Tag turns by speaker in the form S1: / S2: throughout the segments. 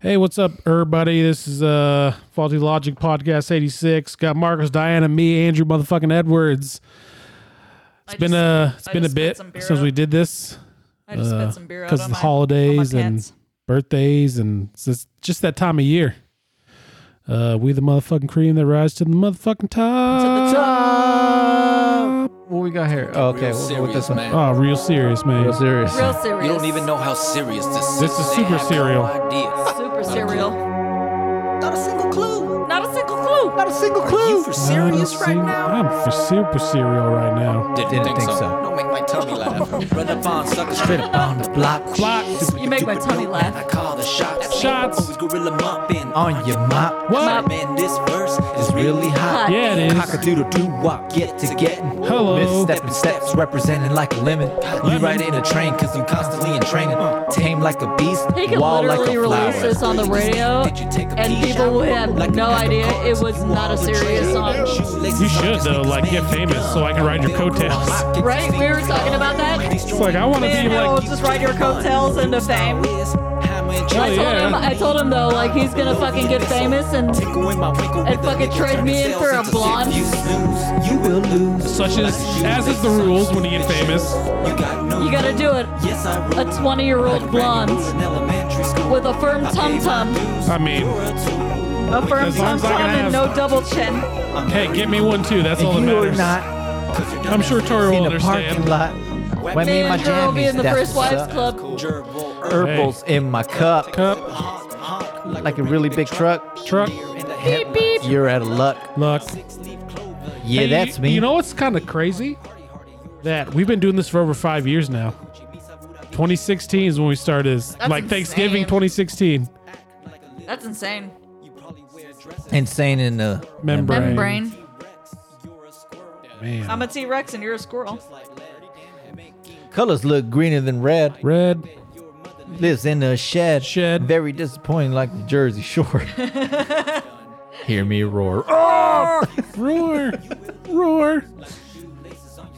S1: Hey, what's up, everybody? This is uh Faulty Logic Podcast 86. Got Marcus, Diana, me, Andrew, motherfucking Edwards.
S2: It's
S1: It's been a it's
S2: I
S1: been a
S2: just spit
S1: bit
S2: some beer
S1: since
S2: out.
S1: we did this
S2: I just
S1: uh,
S2: spit some beer out
S1: because
S2: on
S1: of the
S2: my-
S1: holidays
S2: on my
S1: and
S2: pants.
S1: birthdays and it's just, just that time of year. Uh, we the motherfucking cream that rise to the motherfucking top.
S3: Top. What we got here? Oh, okay,
S4: Real
S3: we'll go with
S4: serious,
S3: this one.
S4: man.
S1: Oh, real serious, man.
S3: Real serious.
S2: real serious.
S4: You don't even know how serious this is.
S1: This is
S4: They
S1: super
S4: have
S1: serial.
S4: No idea.
S2: Super cereal.
S4: Not a single clue.
S2: Not a single clue.
S3: Not a single
S4: Are you for serious
S1: I'm
S4: right
S1: se-
S4: now?
S1: I'm for super serial right now.
S4: Didn't,
S3: think so.
S4: Don't make my tummy laugh. Run up on sucker straight up on the block.
S1: Block.
S2: You make my tummy
S4: And
S2: laugh.
S4: I call the shots.
S1: Shots.
S4: Always gorilla mopping.
S3: On your mop.
S1: What?
S4: Man, this verse is really hot.
S1: Yeah, it is.
S3: Cockadoodle doo wop, get to getting.
S1: Hello.
S3: Misstepping steps, representing like a lemon. You ride in a train, cause you constantly in training. Tame like a beast,
S2: He could
S3: wall like
S2: literally
S3: a
S2: release
S3: flower.
S2: this on the radio, and people would have no idea it was not a serious song.
S1: You should though, like get famous so I can ride your coattails.
S2: Right? We were talking about that.
S1: It's like I want to be
S2: Man, I'll
S1: like
S2: just ride your coattails into fame. I told
S1: yeah.
S2: him. I told him though, like he's gonna fucking get famous and and fucking trade me in for a blonde.
S4: You will lose.
S1: such as as is the rules when you get famous.
S4: You got no
S2: You gotta do it.
S4: Yes, I
S2: A 20-year-old blonde with a firm tum tum,
S1: I mean,
S2: a firm
S1: As long
S2: tum
S1: as I can
S2: tum, and
S1: have-
S2: no double chin.
S1: hey, get me one too. That's all that
S3: And you are
S1: matters.
S3: not
S1: I'm sure Tori
S3: in
S1: will
S3: the parking
S1: understand.
S3: lot. When me
S2: Me
S3: and my
S2: and Drew will be
S3: jammies,
S2: in the
S3: that's
S2: First Wives
S3: what's up.
S2: Club.
S1: Er,
S3: Herbals in my cup,
S1: Cup,
S3: like a really big truck.
S1: truck,
S2: Beep beep.
S3: You're out of luck.
S1: luck.
S3: Yeah,
S1: Hey,
S3: that's
S1: you,
S3: me.
S1: You know what's kind of crazy? That we've been doing this for over five years now. 2016 is when we started. This. Like Thanksgiving
S2: insane.
S1: 2016.
S2: That's insane.
S3: Insane in uh, the
S1: Membrane.
S2: Membrane.
S1: Man.
S2: I'm a T Rex and you're a squirrel.
S3: Colors look greener than red.
S1: Red.
S3: Lives in a shed.
S1: Shed.
S3: Very disappointing, like the Jersey Shore. Hear me roar.
S2: Oh,
S1: Roar. Roar.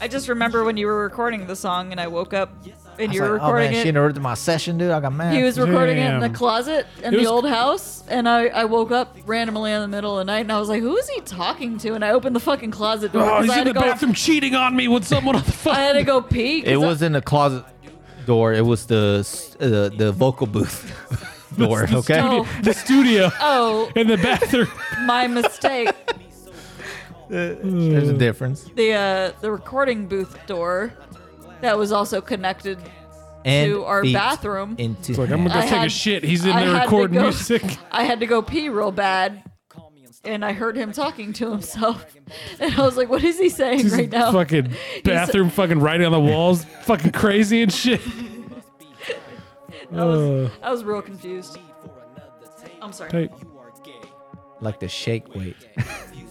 S2: I just remember when you were recording the song and I woke up and you
S3: It's
S2: were
S3: like, oh man,
S2: recording
S3: she
S2: it.
S3: interrupted my session, dude. I got mad.
S2: He was recording it
S1: Damn.
S2: in the closet in
S1: It
S2: the
S1: was-
S2: old house, and I, I woke up randomly in the middle of the night, and I was like, "Who is he talking to?" And I opened the fucking closet door.
S1: Oh,
S2: 'cause
S1: he's
S2: I had
S1: in the
S2: to go,
S1: bathroom cheating on me with someone on the phone.
S2: I had to go pee. 'cause
S3: it
S2: I-
S3: was in the closet door. It was the s- uh, the vocal booth door.
S1: The
S3: okay.
S1: studio- the studio
S2: oh
S1: in the bathroom.
S2: my mistake.
S3: There's a difference.
S2: the uh, the recording booth door that was also connected.
S3: And
S2: our
S3: feet
S2: bathroom.
S3: Into
S1: Like I'm gonna go
S2: I
S1: take a
S2: had-
S1: shit. He's in
S2: I
S1: there
S2: had to
S1: recording
S2: go-
S1: music.
S2: I had to go pee real bad, and I heard him talking to himself, and I was like, "What is he saying
S1: He's
S2: right now?"
S1: Fucking bathroom, fucking writing on the walls, fucking crazy and shit.
S2: I
S1: uh,
S2: was, I was real confused. I'm sorry.
S1: Hey,
S3: like the shake weight.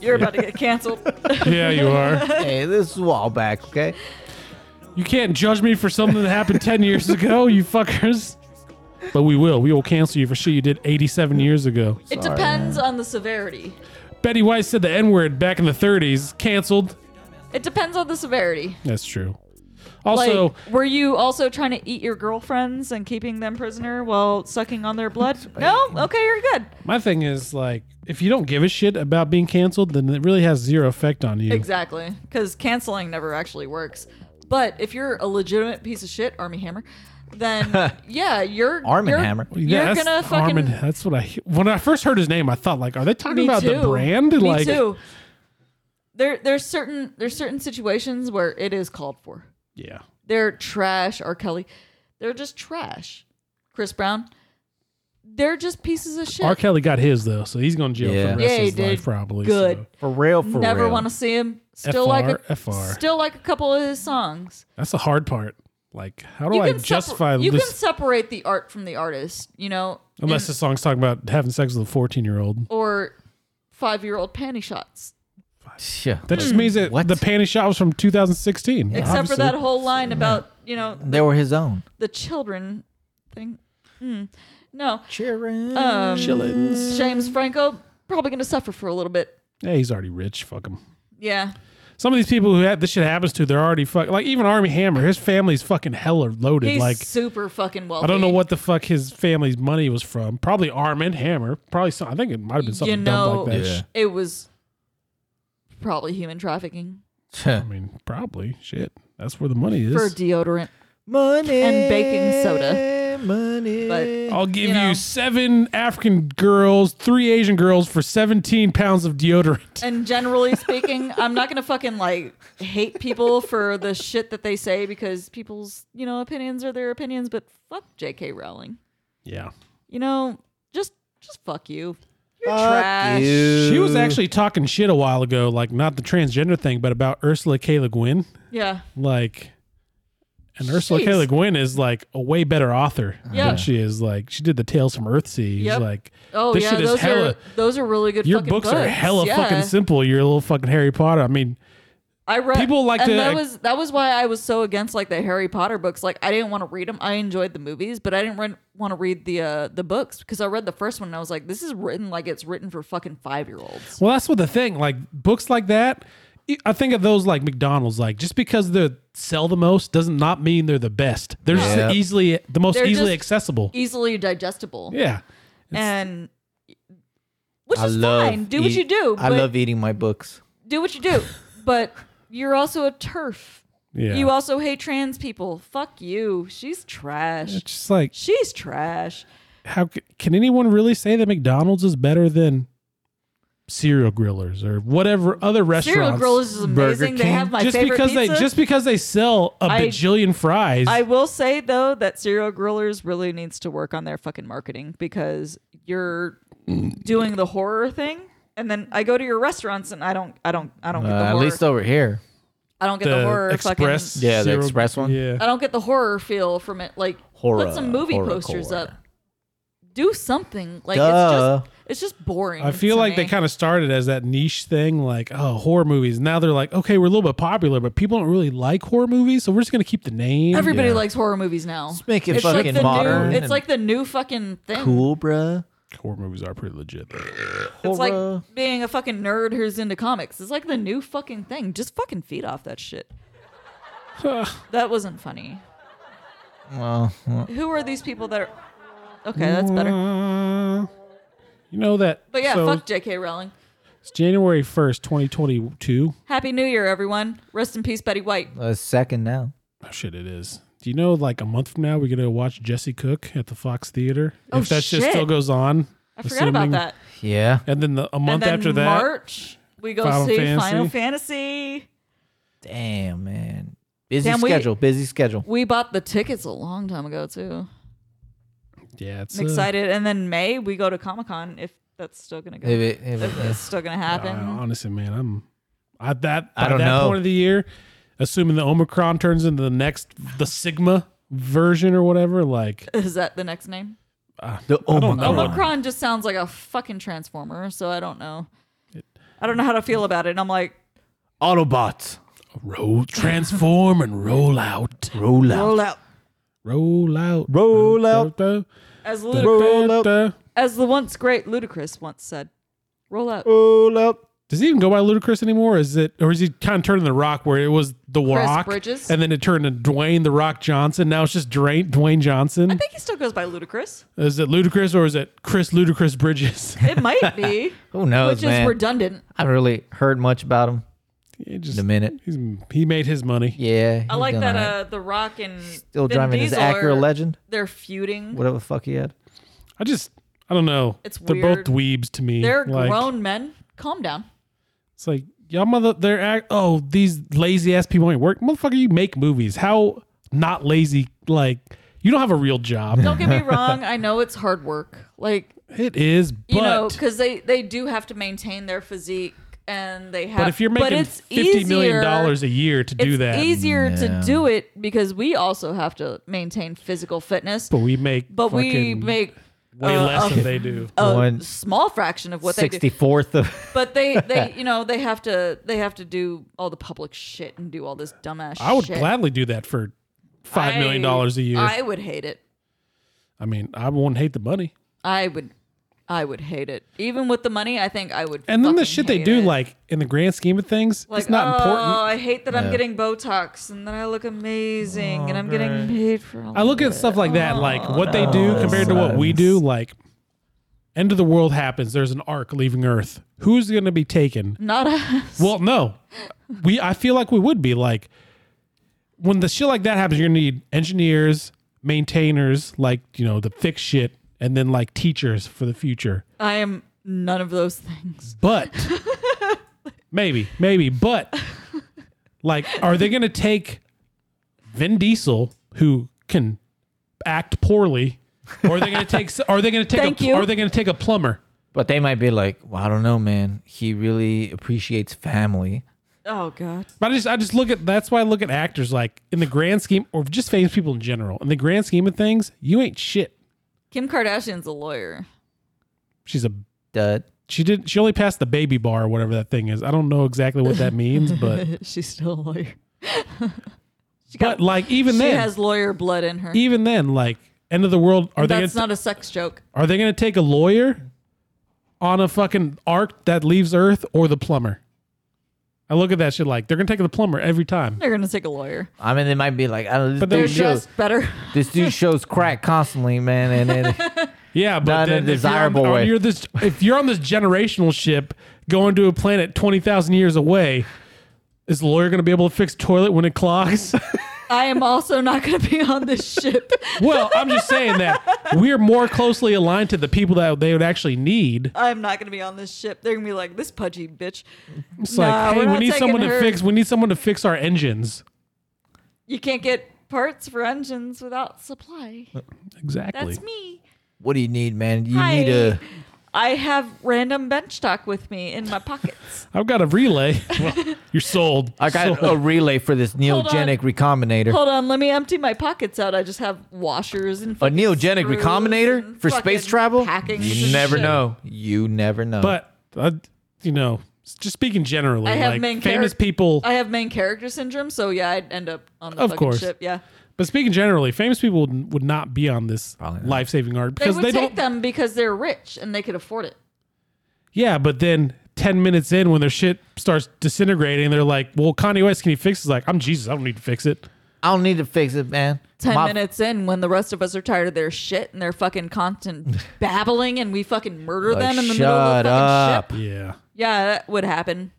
S2: You're about to get canceled.
S1: yeah, you are.
S3: hey, this is a while back. Okay.
S1: You can't judge me for something that happened ten years ago, you fuckers. But we will. We will cancel you for shit you did 87 years ago.
S2: it depends on the severity.
S1: Betty White said the N word back in the 30s. Canceled.
S2: It depends on the severity.
S1: That's true. Also,
S2: like, were you also trying to eat your girlfriends and keeping them prisoner while sucking on their blood? No? Okay, you're good.
S1: my thing is like, if you don't give a shit about being canceled, then it really has zero effect on you.
S2: Exactly. Because canceling never actually works. But if you're a legitimate piece of shit, Army Hammer, then yeah, you're
S3: Arm and
S2: you're,
S3: Hammer.
S1: Yeah,
S2: you're
S1: that's
S2: gonna fucking
S1: Armin- that's what I he- when I first heard his name, I thought like, are they talking about the brand?
S2: Me
S1: like,
S2: too. There, there's certain there's certain situations where it is called for.
S1: yeah,
S2: They're trash. R. Kelly, they're just trash. Chris Brown, they're just pieces of shit.
S1: R. Kelly got his though, so he's going to jail
S3: Yeah.
S1: for the rest
S2: Yeah,
S1: of
S2: he
S1: his
S2: did.
S1: life probably.
S2: Good.
S1: so.
S3: For real. For
S2: Never
S3: real.
S2: want to see him. Still
S1: FR,
S2: like a
S1: FR.
S2: still like a couple of his songs.
S1: That's the hard part. Like, how do
S2: You
S1: I
S2: can separ-
S1: justify
S2: you
S1: this?
S2: can separate the art from the artist, you know,
S1: unless the song's talking about having sex with a fourteen-year-old.
S2: or five year old panty shots.
S3: Yeah.
S1: That
S2: Hmm.
S1: just means that
S3: What?
S1: the panty shot was from 2016.
S2: Mm, Except
S1: obviously.
S2: for that whole line about you know
S3: They were his own.
S2: the children thing. Hmm. No,
S3: Cheering.
S2: um, James Franco probably going to suffer for a little bit.
S1: Hey, he's already rich. Fuck him.
S2: Yeah,
S1: some of these people who had this shit happens to, they're already fuck. Like even Army Hammer, his family's fucking hella loaded.
S2: He's
S1: like
S2: super fucking wealthy.
S1: I don't know what the fuck his family's money was from. Probably Arm and Hammer. Probably some, I think it might have been
S2: You
S1: something
S2: know,
S1: dumb like that.
S3: Yeah.
S2: it was. Probably human trafficking
S1: I mean, probably shit. That's where the money is.
S2: for deodorant.
S3: money
S2: And baking soda.
S3: Money.
S2: But-
S1: I'll give you,
S2: you know.
S1: seven African girls, three Asian girls for 17 pounds of deodorant.
S2: And generally speaking, I'm not gonna fucking like hate people for the shit that they say because people's you know opinions are their opinions. But fuck J.K. Rowling.
S1: Yeah.
S2: You know, just just fuck you. You're
S3: Fuck
S2: trash.
S3: you.
S1: She was actually talking shit a while ago, like not the transgender thing, but about Ursula K. Le Guin.
S2: Yeah.
S1: Like, and Ursula K.
S2: Jeez.
S1: Le Guin is like a way better author
S2: Yeah.
S1: than she is. Like, she did the Tales from Earthsea.
S2: Yep.
S1: Like,
S2: Oh
S1: This
S2: yeah,
S1: shit is
S2: those
S1: hella-
S2: are those are really good.
S1: your
S2: fucking
S1: books, are hella
S2: yeah.
S1: fucking simple. You're a little fucking Harry Potter. I mean,
S2: I read
S1: People like
S2: and
S1: to-
S2: that was that was why I was so against like the Harry Potter books. Like I didn't want to read them. I enjoyed the movies, but I didn't re- want to read the uh, the books because I read the first one and I was like, this is written like it's written for fucking five year olds.
S1: Well, that's what the thing. Like books like that, e, I think of those like McDonald's. Like just because they sell the most doesn't not mean they're the best. They're
S3: Yeah.
S1: just easily the most
S2: They're
S1: easily
S2: just- e-,
S1: accessible.
S2: Easily digestible.
S1: yeah,
S2: and which
S3: I
S2: is
S3: love
S2: fine. Do what
S3: eat-
S2: you do.
S3: I
S2: but
S3: love eating my books.
S2: do what you do. But you're also a turf.
S1: yeah.
S2: You also hate trans people. Fuck you. She's trash.
S1: it's just like
S2: She's trash.
S1: how c- can anyone really say that McDonald's is better than cereal grillers or whatever other
S2: Cereal
S1: restaurants?
S2: Grillers is
S3: Burger
S2: amazing. They
S3: King.
S2: have my
S1: just
S2: favorite
S1: because
S2: pizza.
S1: they just because they sell a
S2: I-
S1: bajillion fries.
S2: I will say though that Cereal Grillers really needs to work on their fucking marketing because you're doing the horror thing, and then I go to your restaurants and I don't, I don't, I don't
S3: Uh,
S2: get the
S3: at
S2: horror.
S3: least over here.
S2: I don't get the,
S1: the
S2: horror
S1: express,
S2: fucking.
S3: Yeah, the
S1: cereal-
S3: express one.
S1: Yeah,
S2: I don't get the horror feel from it. Like
S3: Horror,
S2: put some movie
S3: horror
S2: posters
S3: core.
S2: up. Do something like
S3: Duh.
S2: it's just it's just boring.
S1: I feel
S2: to
S1: like
S2: me.
S1: they kind of started as that niche thing, like oh horror movies. Now they're like, okay, we're a little bit popular, but people don't really like horror movies, so we're just gonna keep the name.
S2: everybody
S3: yeah.
S2: likes horror movies now. It's
S3: make it fucking
S2: the new-
S3: modern
S2: it's
S3: and
S2: like the new fucking thing.
S3: Cool, bruh.
S1: horror movies are pretty legit. though.
S2: It's
S3: Horror.
S2: like being a fucking nerd who's into comics. It's like the new fucking thing. Just fucking feed off that shit. that wasn't funny.
S3: Well, well,
S2: Who are these people that are. Okay, that's better.
S1: Uh, you know that.
S2: But yeah,
S1: so
S2: fuck JK Rowling.
S1: It's January first, twenty twenty two.
S2: Happy New Year, everyone. Rest in peace, Betty White.
S3: a second now.
S1: Oh shit, it is. Do you know like a month from now we're gonna watch Jesse Cook at the Fox Theater
S2: Oh,
S1: if that shit
S2: shit.
S1: still goes on?
S2: I forgot about that.
S3: Yeah.
S1: And then the, a month
S2: and then
S1: after that,
S2: March, we go
S1: Final
S2: see
S1: Fantasy.
S2: Final Fantasy.
S3: Damn, man. Busy
S2: Damn, we-
S3: schedule. busy schedule.
S2: We bought the tickets a long time ago, too.
S1: yeah, it's uh,
S2: I'm excited. And then May, we go to Comic Con if that's still going to go.
S3: If it-
S2: If
S3: if it-
S2: that's still going to
S1: Uh,
S2: happen.
S1: honestly, man, I'm at that.
S3: I
S1: by
S3: don't
S1: that
S3: know.
S1: point of the year, assuming the Omicron turns into the next the Sigma version or whatever. Like,
S2: Is that the next name?
S3: the Omicron.
S1: know.
S2: Oh, Omicron just sounds like a fucking transformer, so I don't know. I don't know how to feel about it. And I'm like,
S3: Autobots.
S1: roll, transform, and roll out.
S3: Roll out.
S2: roll out.
S1: Roll out.
S3: Roll out.
S1: Da,
S2: As
S1: da,
S2: Ludic-
S3: Roll
S1: da,
S3: out.
S1: da.
S2: as the once great Ludacris once said, roll out.
S3: Roll out.
S1: Does he even go by Ludacris anymore? Is it or is he kind of turning the Rock where it was the
S2: Chris
S1: Rock,
S2: Bridges?
S1: and then it turned to Dwayne the Rock Johnson? Now it's just Dwayne, Dwayne
S2: I
S1: Johnson.
S2: think he still goes by Ludacris.
S1: Is it Ludacris or is it Chris Ludacris Bridges?
S2: It might be,
S3: Who knows,
S2: which
S3: man?
S2: is redundant.
S3: I haven't really heard much about him
S1: He just-
S3: in a minute.
S1: he's, he made his money.
S3: Yeah.
S2: I
S3: he's
S2: like
S3: doing
S2: that
S3: all right.
S2: uh, The Rock and
S3: Still
S2: Vin
S3: driving his
S2: Diesel
S3: Acura
S2: are-
S3: Legend,
S2: They're feuding.
S3: whatever the fuck he had.
S1: I just I don't know.
S2: It's
S1: they're both
S2: weird.
S1: dweebs to me.
S2: They're
S1: Like,
S2: grown men. Calm down.
S1: It's like y'all mother. They're act, oh these lazy ass people ain't work. Motherfucker, you make movies. How not lazy? Like you don't have a real job.
S2: Don't get me wrong. I know it's hard work. Like
S1: It is, but
S2: you know, because they they do have to maintain their physique, and they have.
S1: but if you're making
S2: it's
S1: fifty million
S2: easier-
S1: dollars a year to do
S2: it's
S1: that,
S2: easier
S3: Yeah.
S2: to do it because we also have to maintain physical fitness,
S1: but
S2: but,
S1: we make
S2: we
S1: fucking
S2: make
S1: way
S2: uh,
S1: less
S2: a-
S1: than they do.
S2: a
S3: One-
S2: small fraction of what they do.
S3: 64th of.
S2: But they, they, you know, they have to they have to do all the public shit and do all this dumbass.
S1: I would
S2: shit.
S1: gladly do that for five
S2: I-
S1: million dollars a year. I,
S2: I would hate it.
S1: mean, I won't hate the money.
S2: I would. I would hate it. Even with the money, I think I would.
S1: And then the
S2: fucking
S1: shit they
S2: hate
S1: do,
S2: it.
S1: like in the grand scheme of things,
S2: Like,
S1: it's not
S2: oh,
S1: important.
S2: I hate that I'm getting Botox and that I look amazing and I'm getting paid for all
S1: Oh, I look at
S2: of it.
S1: stuff like that, like what they do compared to what we do. Like, end of the world happens. There's an ark leaving Earth. Who's going to be taken?
S2: Not us.
S1: Well, no, we. I feel like we would be like when the shit like that happens. You're gonna need engineers, maintainers, like you know the fix shit, and then like teachers for the future.
S2: I am none of those things.
S1: But maybe, maybe, but like, are they going to take Vin Diesel, who can act poorly, or are they going to take? Are they going to take?
S2: Thank
S1: a,
S2: you.
S1: Are they going to take a plumber?
S4: But they might be like, well, I don't know, man. He really appreciates family.
S2: Oh God.
S1: But I just, I just look at. That's why I look at actors like in the grand scheme, or just famous people in general. In the grand scheme of things, you ain't shit.
S2: Kim Kardashian's a lawyer.
S1: She's a.
S4: Duh.
S1: She did. She only passed the baby bar, or whatever that thing is. I don't know exactly what that means, but
S2: She's still a lawyer. she got,
S1: but like even
S2: she
S1: then,
S2: has lawyer blood in her.
S1: even then, like end of the world. Are they?
S2: That's
S1: Gonna,
S2: not a sex joke.
S1: Are they going to take a lawyer on a fucking arc that leaves Earth or the plumber? I look at that shit like they're going to take the plumber every time.
S2: They're gonna take a lawyer.
S4: I mean, they might be like, I don't know.
S1: But
S4: This,
S2: They're
S4: dude, shows,
S2: just better.
S4: this dude shows crack constantly, man. And it,
S1: Yeah, but
S4: Not in
S1: then
S4: a
S1: if you're on-
S4: desirable
S1: or
S4: way.
S1: You're this, if you're on this generational ship going to a planet 20,000 years away, is the lawyer going to be able to fix toilet when it clogs?
S2: I am also not gonna be on this ship.
S1: well, I'm just saying that we're more closely aligned to the people that they would actually need.
S2: I'm not gonna be on this ship. They're gonna be like this pudgy bitch.
S1: It's
S2: Nah,
S1: like,
S2: we're
S1: hey, we
S2: not
S1: need
S2: taking
S1: someone to
S2: her.
S1: fix. We need someone to fix our engines.
S2: You can't get parts for engines without supply.
S1: Exactly.
S2: That's me.
S4: what do you need, man? You
S2: Hi.
S4: need a.
S2: I have random bench stock with me in my pockets.
S1: I've got a relay. Well, you're sold.
S4: I got a relay for this
S2: Hold on.
S4: neogenic recombinator.
S2: Hold on, let me empty my pockets out. I just have washers and
S4: a
S2: fucking
S4: neogenic
S2: screws
S4: recombinator
S2: and
S4: for
S2: fucking
S4: space travel?
S2: packings
S4: You
S2: and
S4: never
S2: shit.
S4: know. You never know.
S1: But uh, you know, just speaking generally,
S2: I have
S1: like
S2: main
S1: famous
S2: charac-
S1: people.
S2: I have main character syndrome, so yeah, I'd end up on the
S1: Of
S2: fucking
S1: course.
S2: ship. Yeah,
S1: but speaking generally, famous people would, would not be on this
S4: Probably not.
S1: life-saving art
S2: they
S1: because
S2: would
S1: they, don't.
S2: take them because they're rich and they could afford it.
S1: Yeah, but then ten minutes in, when their shit starts disintegrating, they're like, "Well, Kanye West, can he fix?" It's like, "I'm Jesus. I don't need to fix it."
S4: I don't need to fix it, man.
S2: Ten
S4: My-
S2: minutes in, when the rest of us are tired of their shit and their fucking constant babbling, and we fucking murder
S4: Like,
S2: them in the middle of
S4: shut
S2: the fucking
S4: up.
S2: ship.
S1: Yeah.
S2: Yeah, that would happen.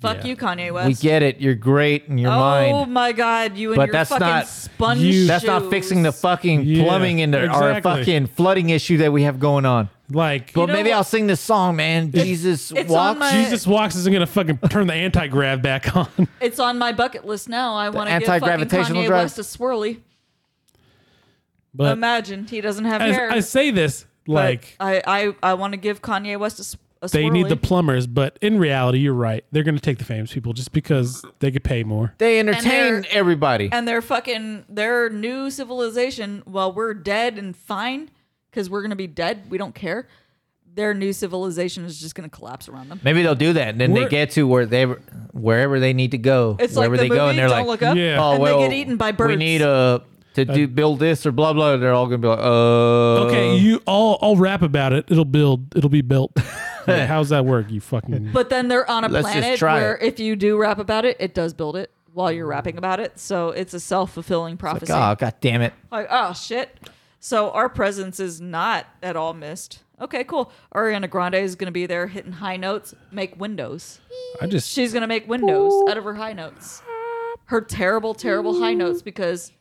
S2: Fuck
S1: Yeah.
S2: you, Kanye West.
S4: We get it. You're great in your
S2: oh
S4: mind.
S2: my god, you and
S4: But
S2: your
S4: that's
S2: fucking
S4: not-
S2: sponge.
S1: you-
S4: That's not
S2: shoes.
S4: fixing the fucking
S1: Yeah,
S4: plumbing into our
S1: exactly.
S4: fucking flooding issue that we have going on.
S1: Like
S4: But
S2: know
S4: maybe
S2: what?
S4: I'll sing this song, man. Jesus
S2: it's
S4: walks.
S2: on my-
S1: Jesus walks isn't gonna fucking turn the anti-grav back on.
S2: It's on my bucket list now. I want to give fucking
S4: anti-gravitational
S2: Kanye
S4: drive?
S2: West a swirly.
S1: But
S2: Imagine he doesn't have
S1: as
S2: hair.
S1: I say this,
S2: but
S1: like
S2: I, I, I want to give Kanye West a, s- a
S1: they need
S2: swirly.
S1: the plumbers, but in reality, you're right. They're gonna take the famous people just because they could pay more.
S4: They
S2: they're-
S4: entertain everybody.
S2: and their fucking their new civilization. While we're dead and fine, because we're gonna be dead, we don't care. Their new civilization is just gonna collapse around them.
S4: Maybe they'll do that, and then they
S1: We're-
S4: get to where they wherever they need to go,
S2: It's like
S4: wherever
S2: the
S4: they
S2: movie
S4: go, and they're
S2: Don't
S4: like,
S2: Look Up,
S1: Yeah. Uh,
S4: "Oh
S2: and
S4: well,
S2: they get eaten by birds.
S4: We need a to do build this or blah blah." They're all gonna be like, "Uh,
S1: Okay, you. I'll I'll rap about it. It'll build. It'll be built. Like, how's that work? You fucking.
S2: But then they're on a
S4: Let's just
S2: planet
S4: try
S2: where
S4: it.
S2: if you do rap about it, it does build it while you're rapping about it. So it's a self fulfilling prophecy.
S4: oh god damn it!"
S2: Like, oh shit. So our presence is not at all missed. Okay, cool. Ariana Grande is gonna be there hitting high notes, make windows.
S1: I just.
S2: She's gonna make windows out of her high notes. Her terrible, terrible high notes because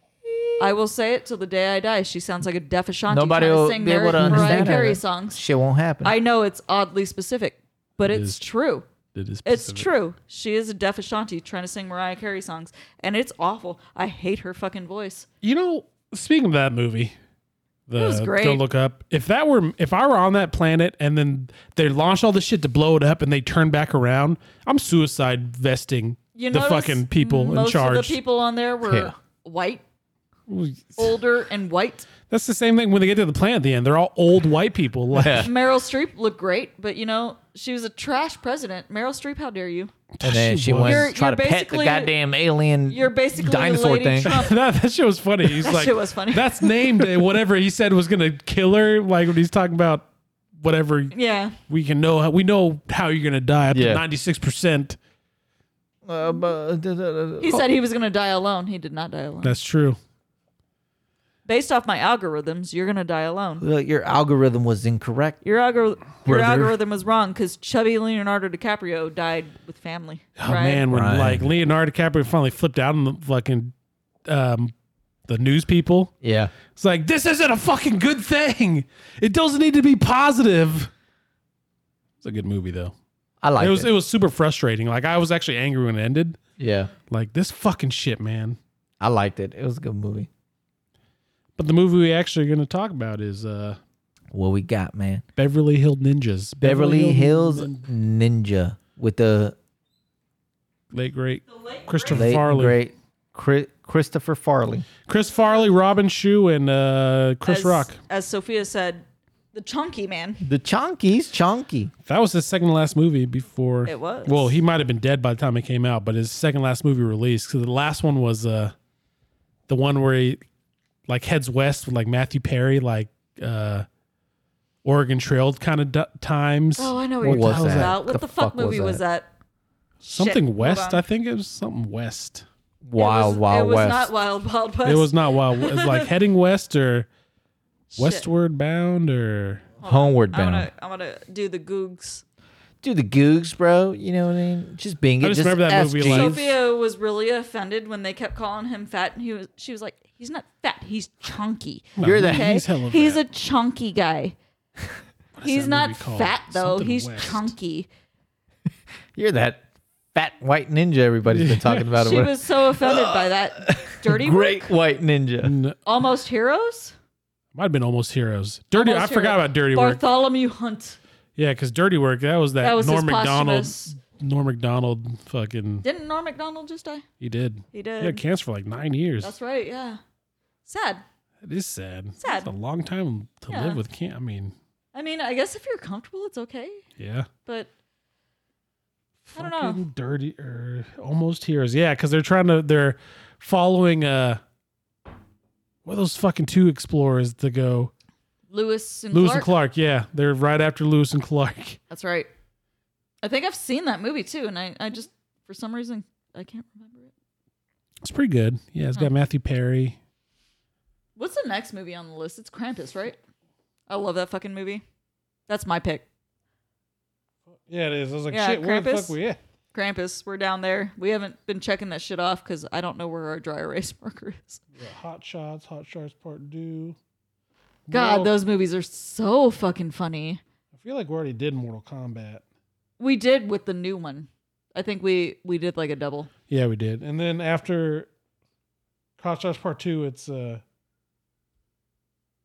S2: I will say it till the day I die. She sounds like a deaf Ashanti
S4: Nobody
S2: trying to
S4: will
S2: sing
S4: be able
S2: Mary-
S4: to
S2: Mariah
S4: understand
S2: Carey
S4: it.
S2: songs.
S4: Shit won't happen.
S2: I know it's oddly specific, but it's
S1: is.
S2: true.
S1: It is
S2: It's
S1: specific.
S2: true. She is a deaf Ashanti trying to sing Mariah Carey songs, and it's awful. I hate her fucking voice.
S1: You know, speaking of that movie, the
S2: was great.
S1: Don't look up. If that were, if I were on that planet, and then they launched all this shit to blow it up, and they turn back around, I'm suicide vesting
S2: You
S1: the
S2: notice
S1: fucking people in
S2: most
S1: charge.
S2: of the people on there were
S4: Yeah.
S2: white, older, and white.
S1: That's the same thing when they get to the planet. At the end, they're all old white people. Like,
S4: Yeah.
S2: Meryl Streep looked great, but you know she was a trash president. Meryl Streep, how dare you?
S4: and then
S1: she
S4: she went
S2: was.
S4: to try
S2: You're-
S4: to pet the
S2: you're
S4: goddamn alien
S2: You're basically
S4: dinosaur
S2: Lady
S4: thing.
S2: Trump.
S1: that, that shit was funny. He's
S2: That
S1: like,
S2: shit was funny.
S1: That's named uh, whatever he said was gonna kill her. Like when he's talking about whatever
S2: Yeah.
S1: we can know. We know how you're gonna die up
S5: Yeah.
S1: to ninety six percent. Uh,
S2: He said he was going to die alone. He did not die alone.
S1: That's true.
S2: Based off my algorithms, you're going to die alone.
S4: Look, your algorithm was incorrect.
S2: Your, algor- your
S4: Brother.
S2: algorithm was wrong because chubby Leonardo DiCaprio died with family.
S1: Oh man, when
S4: Right.
S1: like Leonardo DiCaprio finally flipped out on the fucking um, the news people,
S5: Yeah.
S1: it's like this isn't a fucking good thing. It doesn't need to be positive. It's a good movie though.
S4: I like
S1: it was
S4: it.
S1: it was super frustrating. Like I was actually angry when it ended.
S5: Yeah.
S1: Like this fucking shit, man.
S4: I liked it. It was a good movie.
S1: But the movie we actually are going to talk about is uh,
S4: What we got, man?
S1: Beverly Hill Ninjas.
S4: Beverly, Hills
S1: Nin-
S4: Ninja with the
S1: late great Christopher
S4: late and
S1: Farley,
S4: great Chri- Christopher Farley.
S1: Chris Farley, Robin Shue, and uh, Chris
S2: as,
S1: Rock.
S2: As Sophia said, the chunky man.
S4: The Chonky's Chonky.
S1: That was his second to last movie before.
S2: It was.
S1: Well, he might have been dead by the time it came out, but his second last movie released. Because the last one was uh, the one where he like heads west with like Matthew Perry, like uh, Oregon Trail kind of d- times.
S2: Oh, I know what,
S4: What
S2: you're
S4: was
S2: talking
S4: that?
S2: about. What the, fuck, movie was that?
S1: Something
S2: Shit,
S1: West,
S2: hold
S1: I
S2: on.
S1: think it was something West.
S4: Wild
S2: it was,
S4: Wild
S2: It was
S4: West.
S2: not Wild Wild West.
S1: It was not Wild. It was like heading west or
S2: Shit.
S1: westward bound or
S4: Homeward
S2: I'm
S4: Bound.
S2: gonna, I'm gonna do the googs.
S4: Do the Googs, bro. You know what I mean? Just being it.
S1: I just remember that
S4: ask
S1: movie, like-
S4: Jeeves.
S2: Sophia was really offended when they kept calling him fat, and he was. She was like, "He's not fat. He's chunky.
S4: You're the
S2: Okay?
S1: he's hella
S2: He's
S1: fat.
S2: a chunky guy.
S1: What is
S2: He's
S1: that
S2: not
S1: movie called?
S2: fat though.
S1: Something
S2: he's
S1: West.
S2: chunky."
S4: You're that fat white ninja everybody's been talking about.
S2: She
S4: What-
S2: was so offended by that. Dirty Work?
S4: great white ninja.
S1: N-
S2: almost heroes.
S1: Might have been almost heroes. Dirty.
S2: Almost
S1: I forgot
S2: Heroes.
S1: about dirty work.
S2: Bartholomew Hunt.
S1: Yeah, because dirty work. That was that,
S2: That was his
S1: Norm Macdonald.
S2: posthumous-
S1: Norm Macdonald. Fucking.
S2: Didn't Norm Macdonald just die?
S1: He did.
S2: He
S1: He
S2: did.
S1: had cancer for like nine years.
S2: That's right. Yeah. Sad.
S1: That is sad.
S2: Sad.
S1: It's a long time to
S2: Yeah.
S1: live with cancer. I mean,
S2: I mean, I guess if you're comfortable, it's okay.
S1: yeah.
S2: But I don't know.
S1: Dirty or almost heroes. Yeah, because they're trying to. They're following. Uh, what are those fucking two explorers to go?
S2: Lewis and
S1: Lewis
S2: Clark.
S1: and Clark, yeah. They're right after Lewis and Clark.
S2: That's right. I think I've seen that movie too, and I, I just for some reason I can't remember it.
S1: It's pretty good. Yeah, it's got Matthew Perry.
S2: What's the next movie on the list? It's Krampus, right? I love that fucking movie. That's my pick.
S1: Yeah, it is. I was like,
S2: Yeah, shit, where the Krampus. fuck were
S1: yeah.
S2: Krampus, we're down there. We haven't been checking that shit off because I don't know where our dry erase marker is.
S1: Hot Shots, Hot Shots Part 2.
S2: God,
S1: Well-
S2: those movies are so fucking funny.
S1: I feel like we already did Mortal Kombat.
S2: We did with the new one. I think we we did like a double.
S1: Yeah, we did. And then after Hot Shots Part 2, it's uh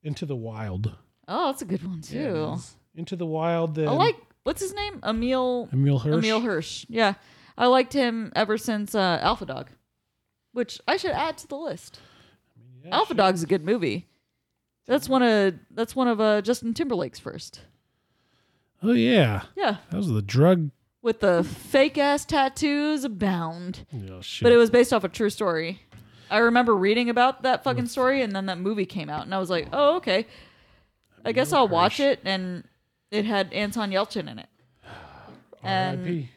S1: Into the Wild.
S2: Oh, that's a good one too.
S1: it is. Into the Wild. Then
S2: I like what's his name? Emil
S1: Emil Hirsch.
S2: Emil Hirsch. Yeah. I liked him ever since uh, Alpha Dog, which I should add to the list. Alpha Dog's a good movie. That's one of that's one of uh, Justin Timberlake's first.
S1: Oh, yeah.
S2: Yeah,
S1: That was the drug.
S2: with the fake ass tattoos abound.
S1: Oh, shit.
S2: But it was based off a true story. I remember reading about that fucking story, and then that movie came out, and I was like, oh okay, I guess I'll watch it. And it had Anton Yelchin in it. And
S1: R.I.P..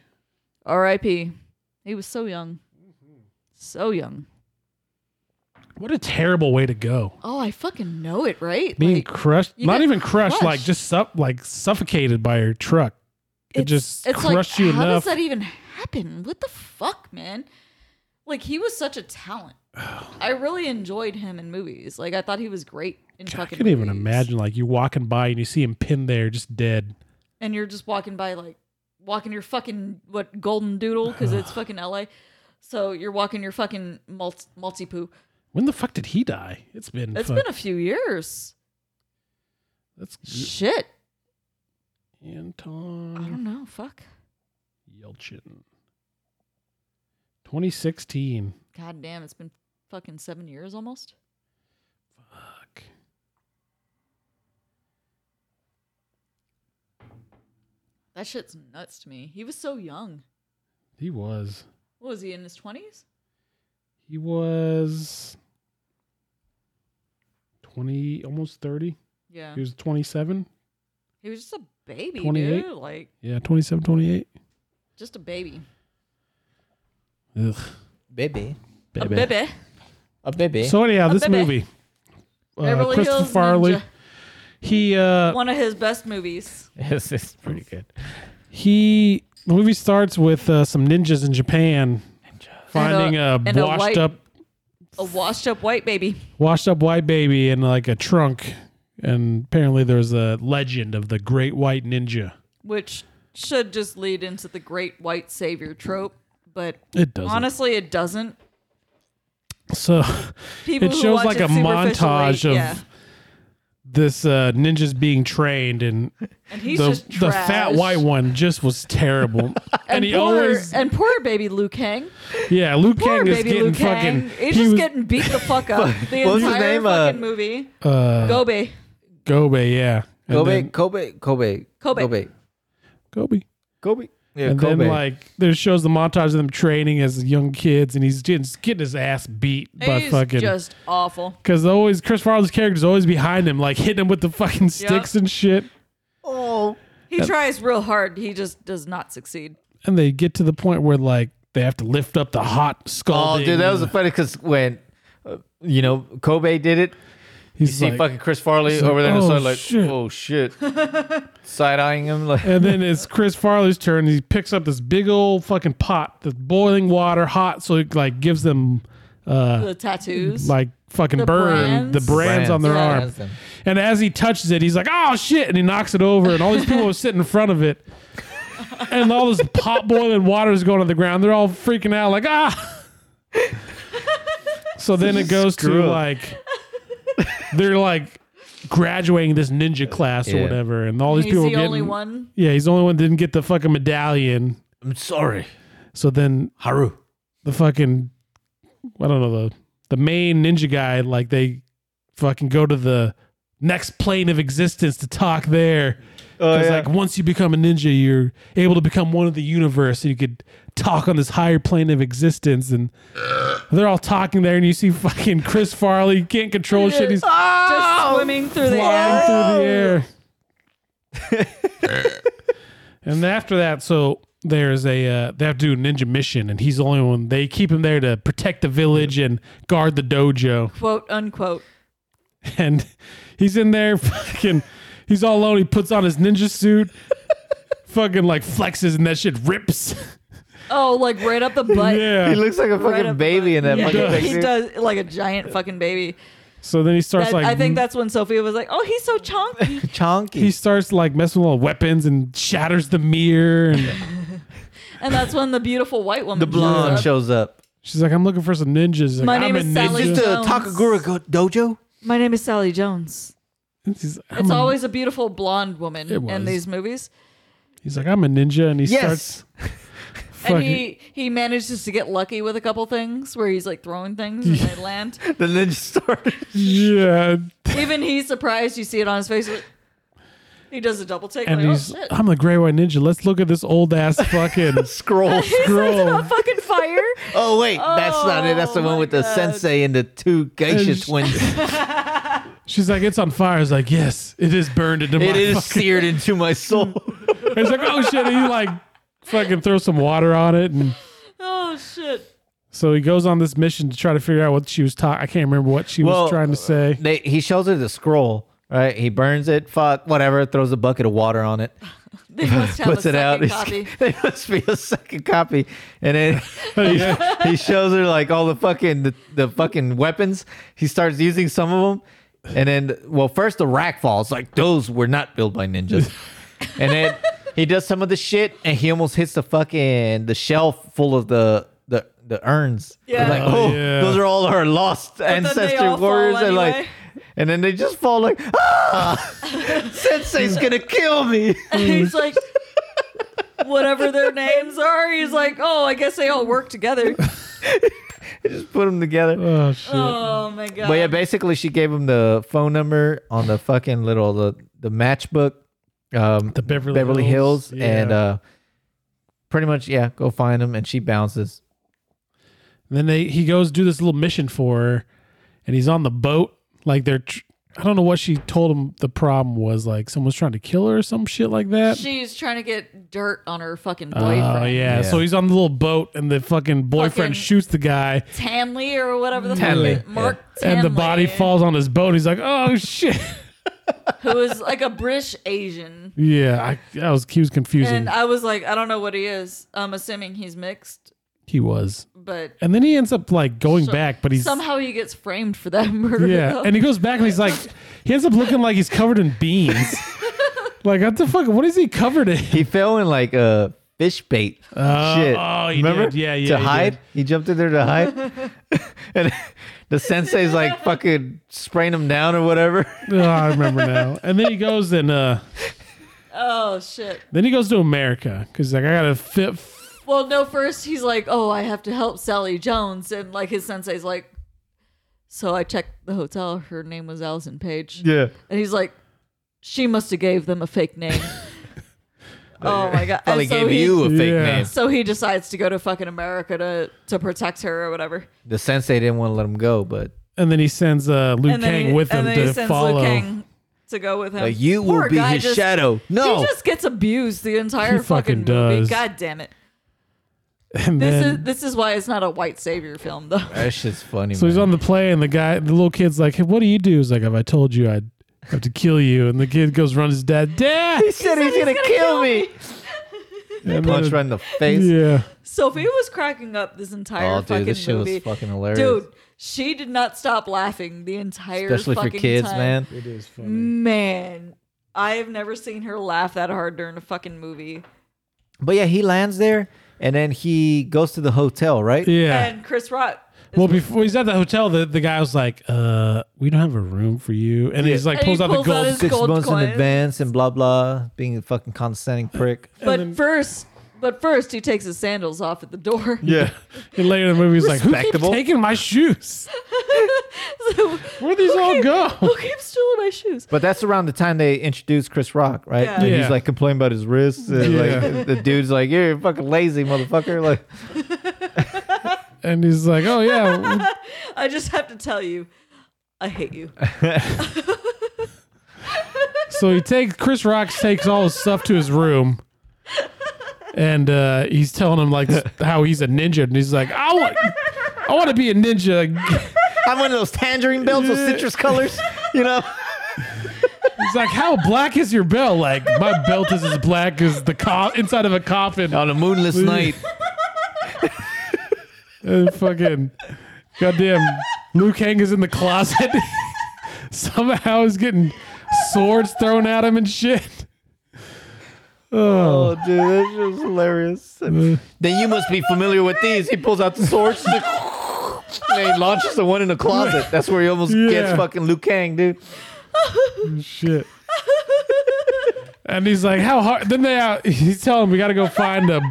S2: R.I.P. He was so young. So young.
S1: What a terrible way to go.
S2: Oh, I fucking know it, right?
S1: being
S2: Like,
S1: crushed
S2: you
S1: not
S2: get
S1: even crushed, like
S2: crushed.
S1: just suff- like suffocated by your truck it just crushed you
S2: How
S1: enough
S2: does that even happen? What the fuck, man? Like he was such a talent. I really enjoyed him in movies. Like I thought he was great in
S1: i
S2: fucking.
S1: couldn't even
S2: movies.
S1: imagine like you walking by and you see him pinned there just dead
S2: And you're just walking by, like walking your fucking what golden doodle because it's fucking L.A. So you're walking your fucking multi poo.
S1: when the fuck did he die it's been
S2: It's
S1: fuck,
S2: been a few years.
S1: that's
S2: Shit. I
S1: anton
S2: don't know. Fuck.
S1: yelchin 2016
S2: God damn, it's been fucking seven years almost.
S1: fuck
S2: That shit's nuts to me. He was so young.
S1: he was
S2: What was he in his twenties?
S1: he was 20 almost 30
S2: Yeah.
S1: he was 27
S2: He was just a baby,
S1: 28?
S2: dude. Like
S1: Yeah, 27, 28.
S2: just a baby,
S1: Ugh.
S4: Baby.
S2: a baby.
S4: A baby.
S1: So anyhow, this
S2: baby.
S1: movie, uh,
S2: Beverly
S1: Christopher
S2: Hills
S1: Farley,
S2: Ninja.
S1: he uh,
S2: One of his best movies.
S4: yes, it's pretty good.
S1: he. The movie starts with uh, some ninjas in Japan finding
S2: And a-
S1: a,
S2: and a
S1: washed
S2: white-
S1: up,
S2: A washed up white baby.
S1: washed up white baby in like a trunk, and apparently there's a legend of the Great White Ninja.
S2: which should just lead into the great white savior trope, but
S1: It doesn't.
S2: honestly, it doesn't.
S1: so
S2: People
S1: it
S2: who
S1: shows
S2: watch
S1: like
S2: it
S1: a montage
S2: superficially-
S1: of
S2: yeah.
S1: this uh, ninjas being trained, and
S2: and he's
S1: the
S2: just
S1: the fat
S2: trash.
S1: white one just was terrible, and,
S2: and,
S1: he
S2: poor,
S1: always
S2: and poor baby Liu Kang,
S1: yeah, Luke
S2: poor
S1: Kang is
S2: baby
S1: getting
S2: Liu
S1: fucking
S2: Kang, he's
S1: he
S2: just
S1: was-
S2: getting beat the fuck up the
S4: What was his
S2: entire
S4: name, uh,
S2: fucking movie. Uh, Gobe,
S1: Gobe, yeah. And
S4: Kobe,
S1: then-
S4: Kobe, Kobe,
S2: Kobe.
S4: Kobe,
S1: Kobe.
S4: Kobe. Yeah,
S1: and
S4: Kobe.
S1: then like there shows the montage of them training as young kids and he's just getting his ass beat by
S2: he's
S1: fucking
S2: just awful.
S1: because always Chris Farley's character's always behind him, like hitting him with the fucking sticks and shit.
S4: oh,
S2: He tries real hard, he just does not succeed.
S1: And they get to the point where like they have to lift up the hot
S4: oh,
S1: skull.
S4: dude, that was funny because when uh, you know Kobe did it, you
S1: he's
S4: see
S1: like-
S4: fucking Chris Farley
S1: like,
S4: over there on the
S1: "Oh,
S4: side, like,
S1: shit."
S4: oh shit, side eyeing him like.
S1: And then it's Chris Farley's turn. He picks up this big old fucking pot that's boiling water, hot, so it like gives them
S2: the tattoos,
S1: Uh, like fucking
S2: The
S1: burn the
S2: brands.
S1: brands on their
S2: Yeah.
S1: arm.
S4: Brands them.
S1: And as he touches it, he's like, "Oh shit!" And he knocks it over, and all these people are sitting in front of it, and all this pot boiling water is going on the ground. They're all freaking out, like, "Ah!" so then it goes to
S4: Screw 'em.
S1: like they're like graduating this ninja class or
S4: Yeah.
S1: whatever, and all these
S2: he's
S1: people
S2: the
S1: getting,
S2: only one.
S1: yeah, he's the only one that didn't get the fucking medallion.
S4: I'm sorry,
S1: So then
S4: Haru.
S1: the fucking I don't know the the main ninja guy like they fucking go to the next plane of existence to talk there.
S4: Oh,
S1: Because
S4: yeah.
S1: like once you become a ninja, you're able to become one of the universe, and you could talk on this higher plane of existence. And they're all talking there, and you see fucking Chris Farley can't control shit. He's flying
S4: Oh!
S2: just swimming through the air.
S1: through the air. and after that, so there's a uh, they have to do a ninja mission, and he's the only one. They keep him there to protect the village and guard the dojo
S2: quote unquote.
S1: and he's in there fucking he's all alone he puts on his ninja suit fucking like flexes and that shit rips
S2: Oh, like right up the butt.
S4: He
S1: yeah
S4: looks like a
S2: Right
S4: fucking
S2: up the
S4: baby
S2: butt.
S4: in that
S2: Yeah,
S4: fucking
S2: he
S4: picture.
S2: does like a giant fucking baby.
S1: so then he starts
S2: That-
S1: like
S2: I think that's when Sophia was like, "Oh, he's so chunky."
S4: Chonky.
S1: he starts like messing with all the weapons and shatters the mirror and
S2: and that's when the beautiful white woman,
S4: the blonde
S2: shows up.
S4: shows up.
S1: she's like i'm looking for some ninjas He's like,
S2: My
S1: I'm
S2: name
S1: a
S2: is
S1: ninja.
S2: Sally.
S4: Is
S2: Just
S4: this the
S2: Jones.
S4: Takagura Go- Dojo?
S2: My name is Sally Jones.
S1: he's,
S2: It's
S1: I'm a-
S2: always a beautiful blonde woman
S1: It was.
S2: in these movies,
S1: he's like i'm a ninja and he
S4: Yes.
S1: starts fucking
S2: and he he manages to get lucky with a couple things where he's like throwing things and they land.
S4: The ninja started.
S1: yeah
S2: Even he's surprised. You see it on his face. like- he does a double take.
S1: and
S2: like,
S1: he's
S2: oh shit!
S1: i'm a gray white ninja let's look at this old ass fucking
S4: Scroll.
S1: scroll
S2: A fucking fire.
S4: Oh wait, that's not it. That's the
S2: Oh,
S4: one
S2: my
S4: with the
S2: God.
S4: sensei and the two geisha
S1: And sh-
S4: twins.
S1: she's like it's on fire he's like yes it is burned into my
S4: It is
S1: fucking
S4: seared into my soul.
S1: It's like, oh shit. He like fucking throws some water on it. And
S2: oh shit!
S1: so he goes on this mission to try to figure out what she was talking. I can't remember what she
S4: Well,
S1: was trying to say.
S4: they, he shows her the scroll, right? He burns it, fuck, whatever, throws a bucket of water on it,
S2: They must have
S4: puts
S2: a
S4: it out.
S2: second
S4: He's-
S2: copy.
S4: There must be a second copy. And then
S1: Oh,
S4: he, he shows her like all the fucking the, the fucking weapons. He starts using some of them. And then well, first the rack falls, like those were not built by ninjas. and then he does some of the shit and he almost hits the fucking the shelf full of the the the urns.
S2: Yeah.
S4: Like,
S1: Oh,
S4: oh,
S1: yeah.
S4: those are all our lost
S2: then they
S4: ancestor
S2: all fall
S4: warriors. And like
S2: anyway.
S4: and then they just fall like ah Sensei's gonna kill me.
S1: Hmm.
S2: he's like whatever their names are he's like oh i guess they all work together
S4: just put them together.
S1: Oh shit.
S2: oh my god
S4: But yeah, basically, she gave him the phone number on the fucking little the the matchbook, um,
S1: the Beverly,
S4: Beverly Hills,
S1: Hills,
S4: and
S1: yeah.
S4: uh, pretty much yeah, go find him, and she bounces.
S1: And then they he goes do this little mission for her, and he's on the boat like they're tr- I don't know what she told him the problem was. Like someone's trying to kill her or some shit like that.
S2: She's trying to get dirt on her fucking
S1: Oh
S2: boyfriend.
S1: yeah. So he's on the little boat, and the fucking boyfriend
S2: Fucking-
S1: shoots the guy,
S2: Tanley or whatever the
S4: Tanley,
S2: fuck it- Mark
S1: and the
S2: Tanley,
S1: body falls on his boat. He's like, "Oh shit!"
S2: who is like a British Asian.
S1: yeah, I, I was. He was confusing.
S2: And I was like, I don't know what he is. I'm assuming he's mixed,
S1: he was,
S2: but
S1: and then he ends up like going
S2: so-
S1: back, but he's
S2: somehow he gets framed for that murder.
S1: yeah,
S2: though.
S1: and he goes back and he's like, he ends up looking like he's covered in beans. like what the fuck? What is he covered in?
S4: He fell in like uh, fish bait. shit.
S1: oh, he
S4: Remember?
S1: did. Yeah, yeah,
S4: To
S1: he
S4: hide?
S1: did.
S4: He jumped in there to hide. and the sensei's like fucking spraying him down or whatever.
S1: Oh, I remember now. And then he goes and uh,
S2: oh shit.
S1: then he goes to America because like I gotta fit.
S2: Well, no, first he's like, "Oh, I have to help Sally Jones," and like his sensei's like, "So I checked the hotel. Her name was Allison Page."
S4: Yeah.
S2: and he's like, "She must have gave them a fake name." oh my god!
S4: Probably
S2: and so
S4: gave
S2: he,
S4: you a fake
S1: Yeah.
S4: name.
S2: So he decides to go to fucking America to to protect her or whatever.
S4: The sensei didn't want to let him go, but
S1: And then he sends uh, Liu
S2: and then
S1: Kang
S2: he,
S1: with him
S2: and then he
S1: to
S2: sends
S1: follow.
S2: Liu Kang to go with him.
S4: like, you
S2: Poor
S4: will be
S2: guy
S4: his
S2: just-
S4: shadow. No.
S2: He just gets abused the entire
S1: He fucking
S2: fucking, movie.
S1: does.
S2: God damn it!
S1: And
S2: This
S1: then,
S2: is this is why it's not a white savior film though.
S4: that shit's funny.
S1: so he's on the plane, and the guy, the little kid's like, "Hey, what do you do?" He's like, "If I told you, I'd have to kill you." And the kid goes run to his dad. Dad,
S4: he said he's, gonna, kill, me.
S1: And
S4: Punch
S1: then-
S4: right in the face.
S1: Yeah,
S2: Sophie was cracking up this entire
S4: Oh, dude,
S2: fucking
S4: this shit
S2: movie.
S4: was fucking hilarious.
S2: Dude, she did not stop laughing the entire
S4: Especially for
S2: fucking
S4: kids,
S2: time.
S4: man.
S1: it is funny.
S2: Man, I have never seen her laugh that hard during a fucking movie.
S4: But yeah, he lands there and then he goes to the hotel, right?
S1: Yeah.
S2: And Chris Rock,
S1: well, before he's at the hotel, the, the guy was like, "Uh, we don't have a room for you," and he's like,
S2: And he
S1: pulls out the
S2: pulls out
S1: gold.
S2: his-
S4: Six
S2: Gold
S4: months in
S2: coins.
S4: advance and blah blah, being a fucking condescending prick.
S2: but first, but first he takes his sandals off at the door.
S1: yeah. And later in the movie, he's like, "Who keeps
S4: Respectable.
S1: taking my shoes? Where do these all go?"
S2: Who keeps stealing my shoes?
S4: But that's around the time they introduced Chris Rock, right?
S2: Yeah.
S4: And
S1: Yeah.
S4: he's like complaining about his wrists. And
S1: Yeah.
S4: like the dude's like, You're fucking lazy, motherfucker. Like
S1: And he's like, "Oh yeah,
S2: I just have to tell you, I hate you.
S1: So he takes Chris Rock takes all his stuff to his room, and uh, he's telling him like how he's a ninja, and he's like, "I want, I want to be a ninja."
S4: I'm one of those tangerine belts with citrus colors, you know?
S1: He's like, "How black is your belt? Like my belt is as black as the co- inside of a coffin."
S4: On a moonless night.
S1: And fucking goddamn, Liu Kang is in the closet. Somehow he's getting swords thrown at him and shit.
S4: Oh dude, that's just hilarious. then you must be familiar with these. He pulls out the sword. she's like, And he launches the one in the closet. That's where he almost gets
S1: Yeah.
S4: fucking Liu Kang, dude.
S1: shit. and he's like, "How hard?" Then they out. He's telling him we got to go find a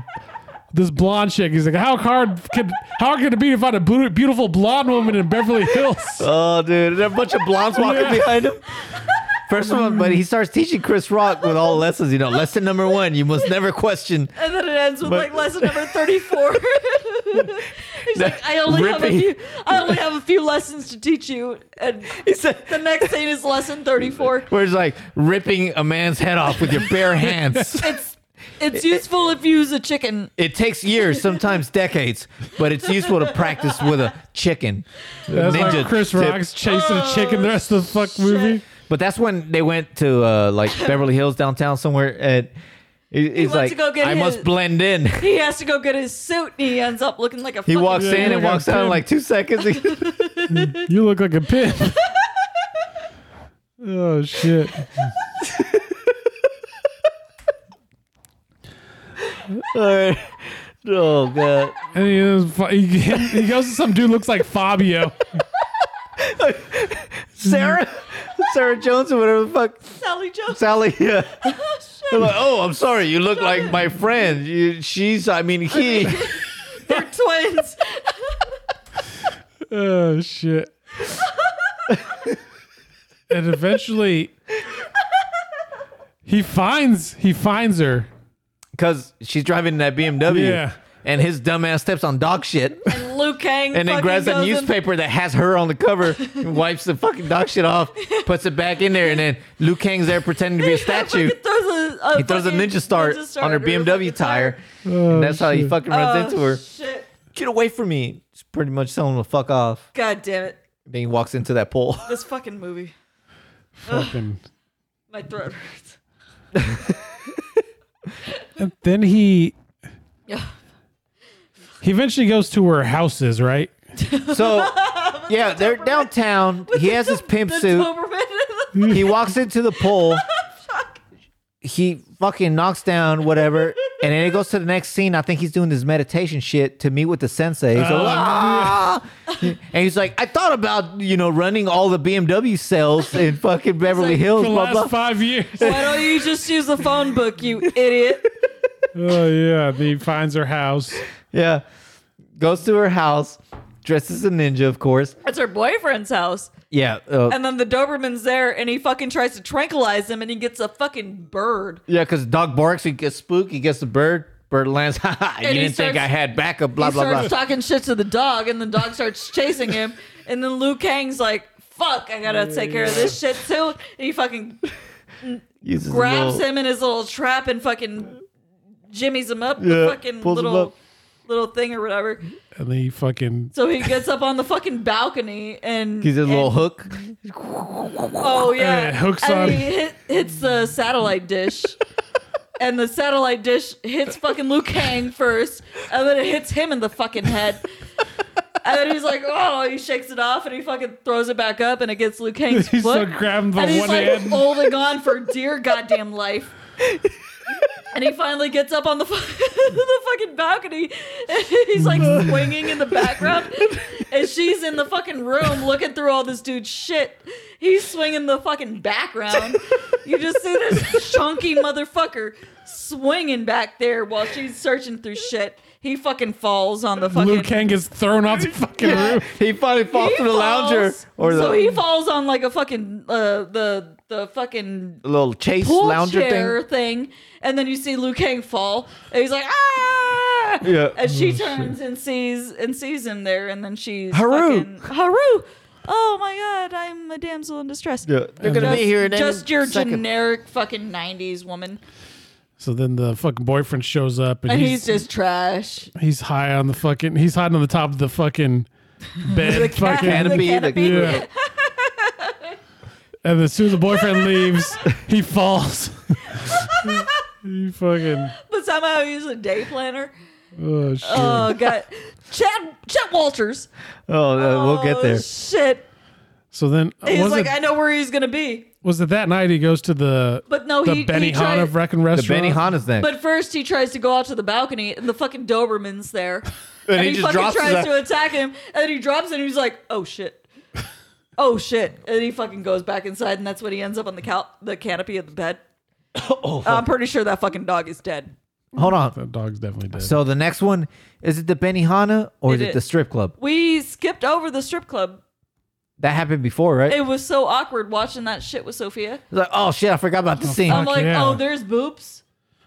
S1: this blonde chick. He's like, "How hard could how hard could it be to find a bu- beautiful blonde woman in Beverly Hills?"
S4: Oh, dude, there are a bunch of blondes walking
S1: Yeah.
S4: behind him. First one, but he starts teaching Chris Rock with all lessons. You know, lesson number one: you must never question.
S2: And then it ends with
S4: But-
S2: like lesson number thirty-four. He's like, I only have a
S4: Ripping.
S2: few. I only have a few lessons to teach you, and
S4: He said,
S2: the next thing is lesson thirty-four.
S4: "Where it's like ripping a man's head off with your bare hands.
S2: It's it's useful if you use a chicken.
S4: It takes years, sometimes decades, but it's useful to practice with a chicken."
S1: That's
S4: Ninja
S1: like Chris
S4: tip.
S1: Rock's chasing a chick in the rest of the fuck movie.
S4: But that's when they went to uh, like Beverly Hills downtown somewhere, and he- he's
S2: went
S4: like,
S2: to go get
S4: "I must
S2: his-
S4: blend in."
S2: He has to go get his suit, and he ends up looking like a.
S4: He
S2: fucking-
S4: walks
S1: Yeah,
S4: in
S1: you
S4: and
S1: got
S4: walks out in
S1: pinned.
S4: like two seconds.
S1: You look like a pimp. oh shit.
S4: oh god.
S1: And he, is fu- he, he goes to some dude looks like Fabio.
S4: Sarah, Sarah Jones or whatever the fuck,
S2: Sally Jones.
S4: Sally. Yeah. They're like, oh, I'm sorry. You look like my friend. You, she's, I mean, he.
S2: They're twins.
S1: Oh shit. and eventually he finds he finds her.
S4: Because she's driving that BMW.
S1: Yeah.
S4: And his dumbass steps on dog shit.
S2: And Luke Kang
S4: and then
S2: fucking
S4: grabs a
S2: goes in-
S4: newspaper that has her on the cover, and wipes the fucking dog shit off, puts it back in there, and then Liu Kang's there pretending to be a statue.
S2: He throws a, a
S4: He throws a
S2: fucking
S4: ninja star on
S2: or
S4: her
S2: a
S4: BMW
S2: fucking
S4: tire, and that's how he fucking runs into her.
S2: Shit.
S4: Get away from me! It's pretty much telling him to fuck off.
S2: God damn it.
S4: Then he walks into that pool.
S2: This fucking movie.
S1: Fucking.
S2: My throat hurts.
S1: And then he
S2: Yeah.
S1: he eventually goes to where her house is, right?
S4: So yeah, they're downtown. He has his pimp
S2: The
S4: suit. Hmm.
S2: Doberman.
S4: he walks into the pool. He fucking knocks down whatever, and then it goes to the next scene. I think he's doing this meditation shit to meet with the sensei. He's like,
S2: Uh.
S1: Oh,
S4: "Ah!" and he's like, "I thought about you know running all the BMW sales in fucking Beverly
S2: like,
S4: Hills,
S1: For the
S4: blah
S1: last
S4: blah."
S1: five years.
S2: Why don't you just use the phone book, you idiot?
S1: oh yeah. He finds her house.
S4: yeah, goes to her house, dresses as a ninja, of course.
S2: That's her boyfriend's house.
S4: Yeah, uh,
S2: And then the Doberman's there and he fucking tries to tranquilize him and he gets a fucking bird.
S4: yeah, because dog barks, he gets spooked, he gets the bird. Bird lands. Ha ha! You
S2: And he
S4: didn't think I
S2: starts-
S4: had backup. Blah
S2: he
S4: blah
S2: starts
S4: blah.
S2: talking shit to the dog and the dog starts chasing him. And then Liu Kang's like, fuck, I gotta take care of this shit too. And he fucking
S4: Uses his
S2: grabs
S4: little-
S2: him in his little trap and fucking jimmies him up.
S4: Yeah,
S2: the fucking
S4: pulls him up.
S2: little little thing or whatever.
S1: And then he fucking
S2: So he gets up on the fucking balcony and
S4: He's a
S2: and-
S4: little hook.
S2: Oh yeah,
S1: And it hooks
S2: and
S1: on-
S2: He hit, hits the satellite dish, and the satellite dish hits fucking Liu Kang first, and then it hits him in the fucking head. And then he's like, oh, he shakes it off and he fucking throws it back up and it gets Liu Kang's
S1: He's
S2: foot.
S1: like grabbing the
S2: and he's
S1: one
S2: like
S1: hand.
S2: holding on for dear goddamn life. And he finally gets up on the, fu- the fucking balcony and he's like swinging in the background. And she's in the fucking room looking through all this dude's shit. He's swinging the fucking background. You just see this chunky motherfucker swinging back there while she's searching through shit. He fucking falls on the fucking.
S1: Liu Kang gets thrown off the fucking roof.
S4: He finally falls
S2: He
S4: through the lounger
S2: falls-
S4: or the
S2: so he falls on like a fucking uh, the the fucking
S4: little chase
S2: pool
S4: lounger
S2: chair
S4: thing.
S2: thing. and then you see Liu Kang fall, and he's like ah,
S4: Yeah.
S2: and
S1: Oh,
S2: she turns and sees and sees him there, and then she's
S4: Haru.
S2: fucking- Haru. Oh my god, I'm a damsel in distress.
S4: Yeah, they're gonna
S1: then-
S4: be here in any
S2: Just your
S4: second.
S2: generic fucking '90s woman,
S1: So then the fucking boyfriend shows up and,
S2: and
S1: he's,
S2: he's, just trash.
S1: he's high on the fucking he's hiding on the top of the fucking bed fucking
S4: canopy, the-
S1: Yeah. and as soon as the boyfriend leaves, he falls. he fucking
S2: But somehow he's a day planner.
S1: oh shit.
S2: Oh god, Chad Chad Walters.
S4: Oh, no, we'll get there.
S2: Oh, Shit.
S1: so then uh,
S2: He's
S1: was
S2: like,
S1: it
S2: I know where he's gonna be.
S1: was it that night he goes to the
S2: But no,
S1: the
S2: he- he
S1: Benny
S2: tried-
S1: Hanna Wrecking
S4: The
S1: Restaurant?
S4: Benny Hanna's next.
S2: But first, he tries to go out to the balcony, and the fucking Doberman's there.
S4: And
S2: and
S4: he
S2: he,
S4: just
S2: fucking
S4: drops
S2: tries
S4: his-
S2: to attack him, and then he drops, it, and he's like, "Oh shit, oh shit," and he fucking goes back inside, and that's when he ends up on the cal- the canopy of the bed.
S4: Oh.
S2: I'm pretty sure that fucking dog is dead.
S4: Hold on.
S1: That dog's definitely dead.
S4: So the next one is it the Benny Hanna or is
S2: It
S4: it
S2: is.
S4: the strip club?
S2: We skipped over the strip club.
S4: That happened before, right?
S2: It was so awkward watching that shit with Sophia.
S4: It's like, oh shit, I forgot about the scene.
S2: I'm
S1: Fuck
S2: like,
S1: yeah.
S2: oh, there's boobs,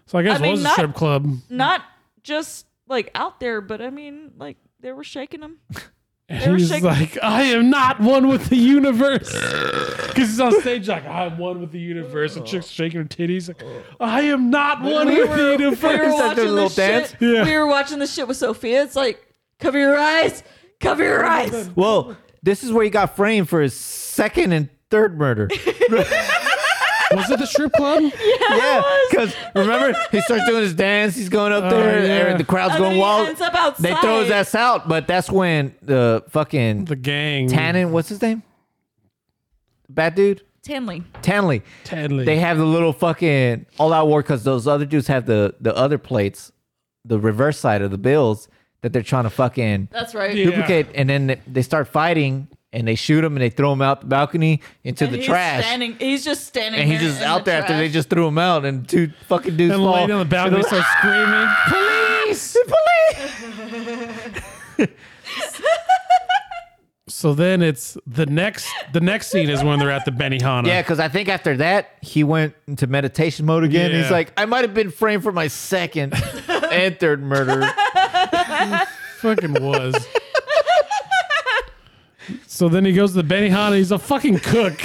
S1: so I guess
S2: I mean,
S1: it was
S2: not-
S1: a strip club,
S2: not just like out there, but I mean, like they were shaking them.
S1: and
S2: they were
S1: he's
S2: shaking-
S1: like, "I am not one with the universe," because he's on stage like, "I'm one with the universe," and chick's shaking her titties, like, "I am not one with the
S2: we were
S1: universe."
S4: Start doing
S2: watching
S4: a little
S2: this
S4: dance.
S2: shit.
S1: Yeah.
S2: We were watching this shit with Sophia. It's like, cover your eyes, cover your eyes.
S4: Well, this is where he got framed for his second and third murder.
S1: was it the strip club?
S4: yeah, because remember he starts doing his dance. He's going up
S1: Oh,
S4: there,
S1: yeah.
S4: and the crowd's
S2: And then
S4: going
S2: he
S4: wild.
S2: ends up outside.
S4: They throw his ass out, but that's when the fucking
S1: The gang.
S4: Tannen, what's his name? Bad dude?
S2: Tanley.
S4: Tanley.
S1: Tadley.
S4: They have the little fucking all out war because those other dudes have the, the other plates, the reverse side of the bills that they're trying to fucking
S2: That's right.
S1: Yeah.
S4: duplicate. And then they- they start fighting and they shoot him and they throw him out the balcony into
S2: And
S4: the
S2: he's
S4: trash.
S2: Standing, he's just standing.
S4: and he's
S2: there
S4: just
S2: in
S4: out
S2: the
S4: there after they
S2: trash.
S4: just threw him out and two fucking dudes
S1: and the
S4: fall.
S1: lady on the balcony starts screaming,
S2: "Ah!"
S1: "Police!"
S4: Police!
S1: So then it's the next. The next scene is when they're at the Benihana.
S4: Yeah, because I think after that he went into meditation mode again.
S1: Yeah.
S4: He's like, I might have been framed for my second and third murder.
S1: fucking was. So then he goes to the Benihana. He's a fucking cook.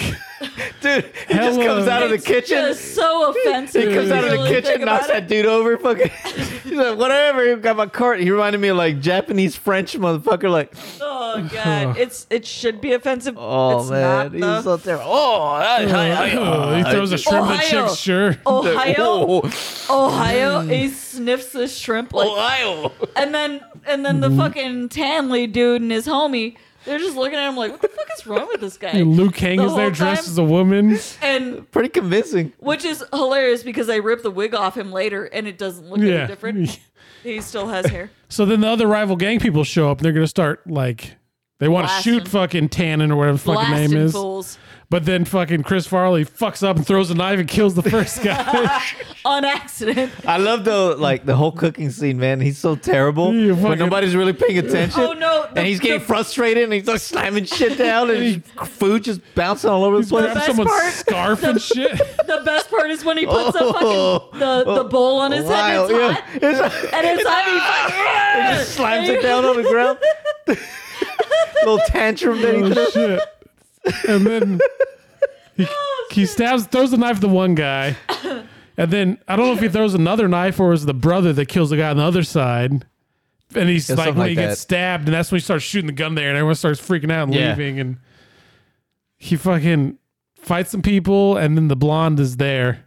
S4: Dude, he just
S1: Hello.
S4: comes out of the
S2: It's
S4: kitchen.
S2: just so offensive.
S4: He comes
S2: when
S4: out of
S2: you
S4: the
S2: really think
S4: kitchen, knocks
S2: about it.
S4: that dude over. Fucking, he's like, whatever. He got my cart. He reminded me of like Japanese French motherfucker. Like,
S5: Oh god, it's it should be offensive.
S4: oh
S5: it's
S4: man, he's
S5: not
S4: so terrible. Oh, I, I, Uh, I,
S1: Oh, he throws a shrimp at
S2: Ohio.
S1: chicks. Sure.
S5: the Ohio.
S4: Oh, Mm.
S2: Ohio, he sniffs the shrimp like,
S4: Ohio.
S2: and then and then
S4: Mm-hmm.
S2: the fucking Tanley dude and his homie, they're just looking at him like, what the fuck is wrong with this guy?
S1: And Luke Kang
S2: The
S1: is there
S2: whole
S1: dressed
S2: time-
S1: as a woman.
S2: And
S4: Pretty convincing.
S2: which is hilarious because they rip the wig off him later and it doesn't look
S1: Yeah.
S2: any different. He still has hair.
S1: So then the other rival gang people show up. And they're gonna start like they want to
S2: Blasting.
S1: shoot fucking Tannen or whatever the fucking
S2: Blasting
S1: name is.
S2: fools
S1: But then fucking Chris Farley fucks up and throws a knife and kills the first guy.
S2: on accident.
S4: I love though, like the whole cooking scene, man. He's so terrible,
S1: You
S4: but
S1: fucking-
S4: nobody's really paying attention.
S2: Oh, no, the-
S4: and he's getting
S2: the-
S4: frustrated, and he's like slamming shit down, and food just bouncing all over the place.
S1: Grabs someone's
S2: part-
S1: scarf and shit.
S2: The best part is when he puts
S4: Oh.
S2: the fucking the, the bowl on his
S4: Wow,
S2: head. and It's
S4: yeah.
S2: hot.
S4: It's-
S2: And it's hot. and he's like,
S4: He just slams it down on the ground. Little tantrum that he
S1: Oh shit. And then he,
S2: Oh,
S1: he stabs, throws the knife at the one guy. And then I don't know if he throws another knife or is the brother that kills the guy on the other side. And he's
S4: Yeah,
S1: like,
S4: something
S1: when
S4: like
S1: he
S4: that.
S1: gets stabbed, and that's when he starts shooting the gun there, and everyone starts freaking out and
S4: Yeah.
S1: leaving. And he fucking fights some people, and then the blonde is there.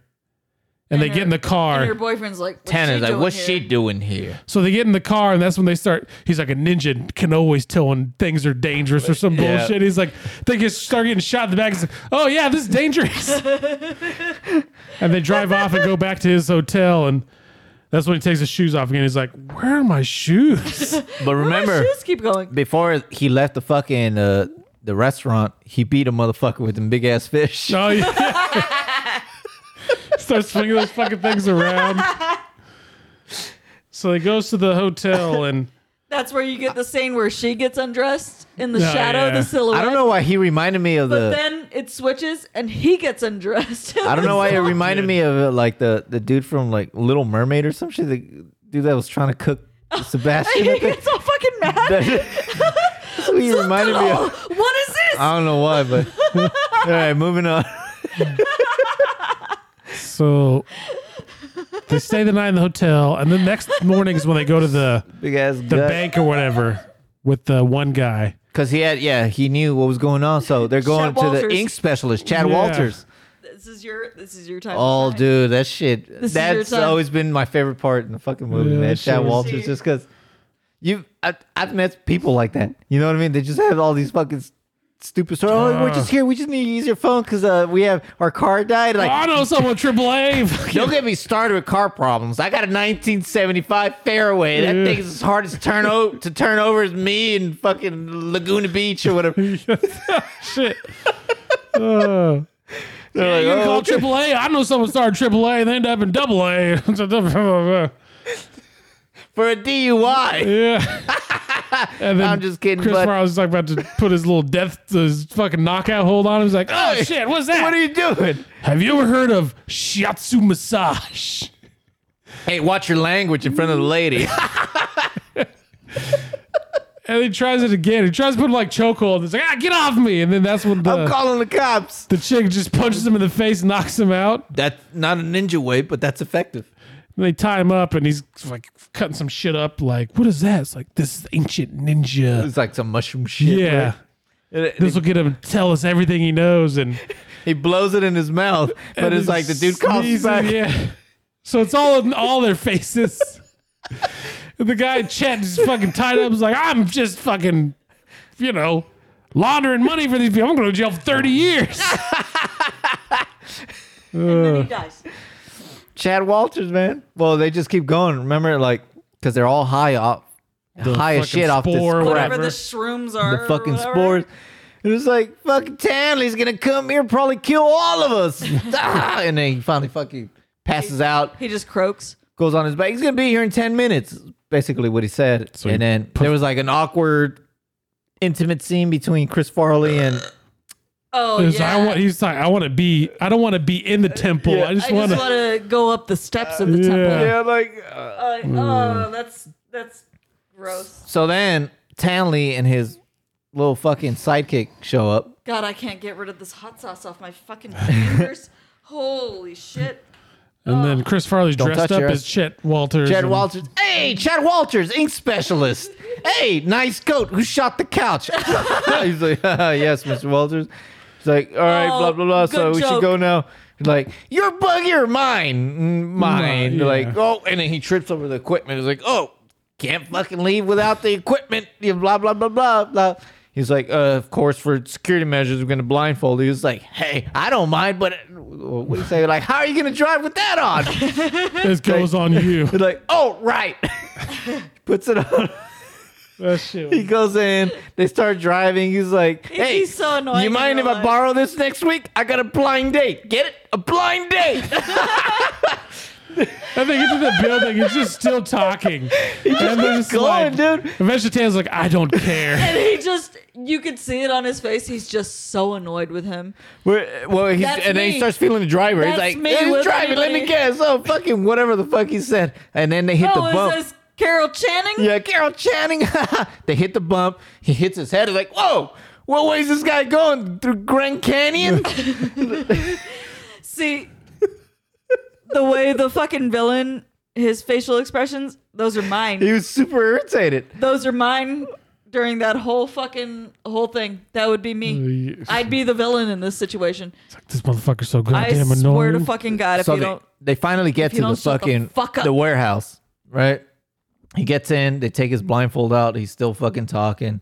S1: And, they
S2: her-
S1: get in the car.
S2: and your boyfriend's like, what's
S4: Tanner's
S2: she doing here?"
S4: doing here?
S1: So they get in the car, and that's when they start. He's like a ninja, and can always tell when things are dangerous or some
S4: Yeah.
S1: bullshit. He's like, they get start getting shot in the back. He's like, oh yeah, this is dangerous. and they drive off and go back to his hotel, and that's when he takes his shoes off again. He's like, where are my shoes?
S4: But remember,
S2: Just keep going.
S4: before he left the fucking uh, the restaurant, he beat a motherfucker with them big ass fish.
S1: oh yeah. Starts swinging those fucking things around. So he goes to the hotel, and
S2: That's where you get the scene where she gets undressed in the
S1: Oh,
S2: shadow, of
S1: yeah.
S2: the silhouette.
S4: I don't know why he reminded me of
S2: But
S4: the.
S2: then it switches and he gets undressed.
S4: I don't know why it reminded me of uh, like the the dude from like Little Mermaid or some shit. The dude that was trying to cook Sebastian. I
S2: he
S4: think.
S2: gets all fucking mad.
S4: That's what he reminded me
S2: Oh,
S4: of. Uh,
S2: what is this?
S4: I don't know why, but all right, moving on.
S1: so they stay the night in the hotel, and the next morning is when they go to the
S4: Big ass
S1: the bank or whatever with the one guy.
S4: because he had yeah he knew what was going on, so they're going to the
S2: Walters.
S4: ink specialist Chad
S1: Yeah.
S4: Walters.
S2: This is your this is your time. to
S4: Oh,
S2: shine.
S4: dude, that shit.
S2: is your
S4: that's
S2: time.
S4: always been my favorite part in the fucking movie,
S1: Yeah,
S4: man.
S1: that
S4: Chad
S1: shit was-
S4: Walters, just because you, I, I've met people like that. You know what I mean? They just have all these fucking s- stupid stories. oh, we're just here. We just need to use your phone because uh, we have our car died. Like,
S1: "Oh, I know someone triple A.
S4: don't get me started with car problems. I got a 1975 fairway. That
S1: Yeah.
S4: thing's as hard as turn o- to turn over as me and fucking Laguna Beach or whatever. They're
S1: Shit. Uh,
S4: like,
S1: you
S4: "Oh,
S1: can call
S4: okay."
S1: triple A. I know someone started triple A and they end up in double A.
S4: for a DUI.
S1: yeah. And then
S4: I'm just kidding,
S1: Chris
S4: bud.
S1: Farley was like about to put his little death, his fucking knockout hold on. him. He's like, oh
S4: Hey,
S1: shit, what's that?
S4: What are you doing?
S1: Have you ever heard of shiatsu massage?
S4: Hey, watch your language in front of the lady.
S1: And he tries it again. He tries to put like chokehold. He's like, ah, get off me. And then that's when the,
S4: I'm calling the cops.
S1: the chick just punches him in the face, and knocks him out.
S4: That's not a ninja way, but that's effective.
S1: And they tie him up, and he's like cutting some shit up. Like, what is that? It's like this is ancient ninja.
S4: It's like some mushroom shit.
S1: Yeah,
S4: right?
S1: this will get him to tell us everything he knows, and
S4: He blows it in his mouth, but
S1: and
S4: it's
S1: he
S4: like the dude coughs
S1: sneezes,
S4: back.
S1: Yeah, so it's all in all their faces. And the guy Chet just fucking tied up. Is like, I'm just fucking, you know, laundering money for these people. I'm going to jail for thirty years.
S2: And then he dies.
S4: Chad Walters, man. Well, they just keep going. Remember, like, because they're all high off, high as
S1: fucking
S4: shit off this
S1: spore,
S4: crap.
S5: Whatever
S1: Whatever.
S5: the shrooms are.
S4: the
S5: or
S4: fucking
S5: whatever.
S4: spores. It was like fucking Tanley's gonna come here, probably kill all of us. Ah, and then he finally fucking passes out,
S2: He just croaks.
S4: goes on his back. He's gonna be here in ten minutes. Basically, what he said.
S1: So he
S4: and then there was like an awkward, intimate scene between Chris Farley and
S2: Oh
S1: He's like,
S2: yeah.
S1: I want, he's like, I want to be. I don't want to be in the temple. I
S2: I
S1: just want
S2: just
S1: to.
S2: want to go up the steps of the temple.
S1: Yeah.
S4: like.
S5: Uh, oh, that's that's gross.
S4: So then Tanley and his little fucking sidekick show up.
S2: God, I can't get rid of this hot sauce off my fucking fingers. Holy shit.
S1: And
S2: Oh.
S1: then Chris Farley's
S4: Don't
S1: dressed
S4: touch
S1: up
S4: your
S1: as
S4: ass.
S1: Chet Walters.
S4: Chad
S1: and-
S4: Walters. Hey, Chad Walters, ink specialist. Hey, nice coat. Who shot the couch? He's like, yes, Mr. Walters. He's like, all right,
S5: Oh,
S4: blah blah blah. So
S5: good
S4: we should
S5: joke.
S4: go now. He's like, your buggy or mine? Mm, Mine.
S1: yeah.
S4: Like, oh, and then he trips over the equipment. He's like, oh, can't fucking leave without the equipment. Yeah, Blah blah blah blah blah. He's like, uh, of course, for security measures, we're gonna blindfold you. He's like, hey, I don't mind, but uh, what do you say? Like, how are you gonna drive with that on?
S1: This goes on you.
S4: He's like, oh, right. Puts it on.
S1: That
S4: He
S1: shit.
S4: goes in. They start driving. He's like, hey,
S5: be so annoying
S4: you
S5: in
S4: mind if
S5: real
S4: I
S5: life."
S4: borrow this next week? I got a blind date. Get it? A blind date.
S1: And they get to the building. He's just still talking. and they're just
S4: going, dude.
S1: Eventually, Taylor's like, I don't care.
S5: And he just, you could see it on his face. He's just so annoyed with him.
S4: We're- well, he's,
S5: That's
S4: and then he
S5: me.
S4: starts feeling the driver.
S5: That's
S4: he's like,
S5: me
S4: hey, he's
S5: with
S4: driving. Let me
S5: anybody.
S4: guess. Oh, fucking whatever the fuck he said. And then they hit
S5: Oh,
S4: the
S5: is
S4: bump.
S5: this Carol Channing?
S4: Yeah, Carol Channing. they hit the bump. He hits his head. He's like, whoa. What way is this guy going? Through Grand Canyon?
S5: See, the way the fucking villain, his facial expressions, those are mine.
S4: he was super irritated.
S5: Those are mine during that whole fucking whole thing. That would be
S4: Uh,
S5: me. I'd be the villain in this situation.
S1: this motherfucker's so
S5: I
S1: goddamn annoying.
S5: swear to fucking god if
S4: so
S5: you
S4: they,
S5: don't
S4: they finally get
S5: you
S4: to the
S5: don't shut the
S4: fucking
S5: fuck up.
S4: the warehouse, right? He gets in, they take his blindfold out, he's still fucking talking,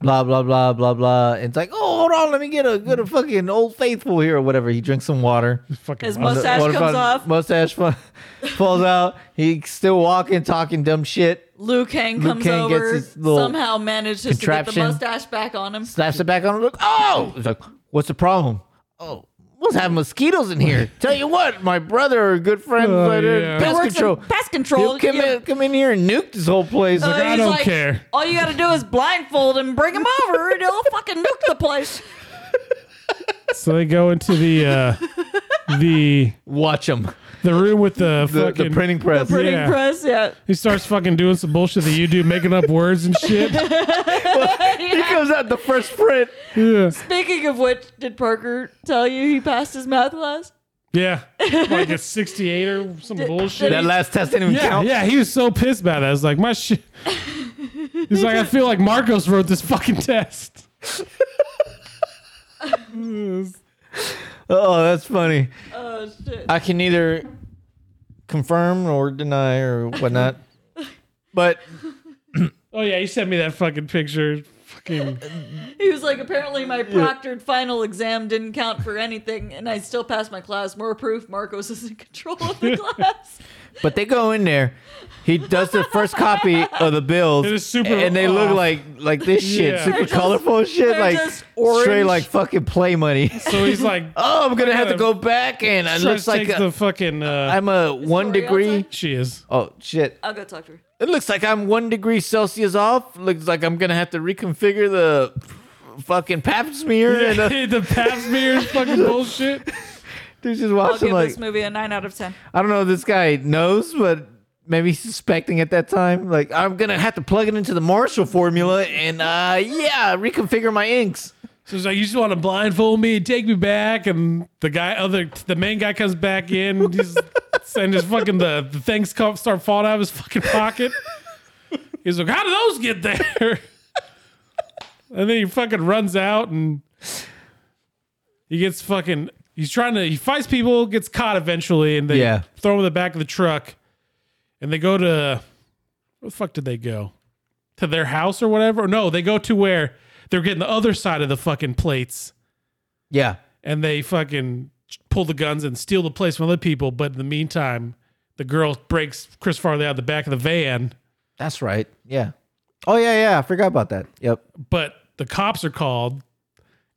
S4: blah blah blah blah blah. And it's like, oh hold on, let me get a good a fucking old faithful here or whatever. He drinks some water.
S1: Fucking
S5: His
S1: love
S5: mustache-
S1: it.
S4: Water
S5: comes
S4: fun-
S5: off.
S4: Mustache fa- falls out. He's still walking, talking dumb shit.
S5: Liu Kang
S4: Liu
S5: comes
S4: Kang gets
S5: over,
S4: his little
S5: somehow manages to get the
S4: contraption.
S5: mustache back on him.
S4: Slaps it back on. Look, oh, He's like, what's the problem? Oh, must have mosquitoes in here. Tell you what, my brother or good friend,
S1: Oh,
S4: uh,
S1: yeah.
S4: pest
S5: Works in
S4: control.
S5: Pest control.
S4: He'll come
S5: you-
S4: in, come in here and nuke this whole place.
S5: Uh,
S1: I
S5: he's
S1: don't care.
S5: All you got to do is blindfold him, bring him over, and he'll fucking nuke the place.
S1: So they go into the uh, the
S4: watch him.
S1: the room with the,
S4: The,
S1: fucking.
S4: the printing press.
S5: Printing
S1: Yeah.
S5: press, yeah.
S1: He starts fucking doing some bullshit that you do, making up words and shit.
S4: He comes out the first print.
S1: Yeah.
S5: Speaking of which, did Parker tell you he passed his math class?
S1: Yeah. Like a 68 or some bullshit.
S4: That last test didn't even
S1: Yeah,
S4: count.
S1: yeah, he was so pissed about it. I was like, my shit. He's like, I feel like Marcos wrote this fucking test.
S4: Oh, that's funny.
S5: Oh shit!
S4: I can neither confirm or deny or whatnot. But
S1: Oh yeah, he sent me that fucking picture. Fucking
S5: He was like, apparently my proctored final exam didn't count for anything, and I still passed my class. More proof, Marcos is in control of the class.
S4: but they go in there. He does the first copy of the bills,
S1: It is super
S4: and they look
S1: off.
S4: like like this shit,
S1: Yeah.
S4: super
S1: They're
S4: colorful shit,
S5: they're
S4: like
S5: just orange.
S4: straight like fucking play money.
S1: so he's like,
S4: oh, I'm gonna have to
S1: gotta-
S4: go back, and it
S1: tries
S4: looks
S1: to
S4: like
S1: take
S4: a-
S1: the fucking. Uh,
S4: I'm a one
S5: Lori
S4: degree.
S5: outside?
S1: she is.
S4: Oh shit.
S5: I'll go talk to her.
S4: It looks like I'm one degree Celsius off. Looks like I'm gonna have to reconfigure the fucking pap smear. And uh, the,
S1: the pap smear is fucking bullshit.
S4: dude's just
S5: I'll
S4: watching
S5: give
S4: like
S5: this movie a nine out of ten.
S4: I don't know if this guy knows, but maybe he's suspecting at that time. Like I'm gonna have to plug it into the Marshall formula and uh yeah, reconfigure my inks.
S1: So he's like, you just want to blindfold me and take me back, and the guy, other, the main guy comes back in, he's, and just fucking the, the things come, start falling out of his fucking pocket. He's like, how did those get there? And then he fucking runs out and he gets fucking. He's trying to. He fights people, gets caught eventually, and they
S4: Yeah.
S1: throw him in the back of the truck. And they go to where the fuck did they go? To their house or whatever? No, they go to where they're getting the other side of the fucking plates,
S4: Yeah.
S1: and they fucking pull the guns and steal the place from other people. But in the meantime, the girl breaks Chris Farley out of the back of the van.
S4: That's right. Yeah. Oh yeah, yeah. I forgot about that. Yep.
S1: but the cops are called.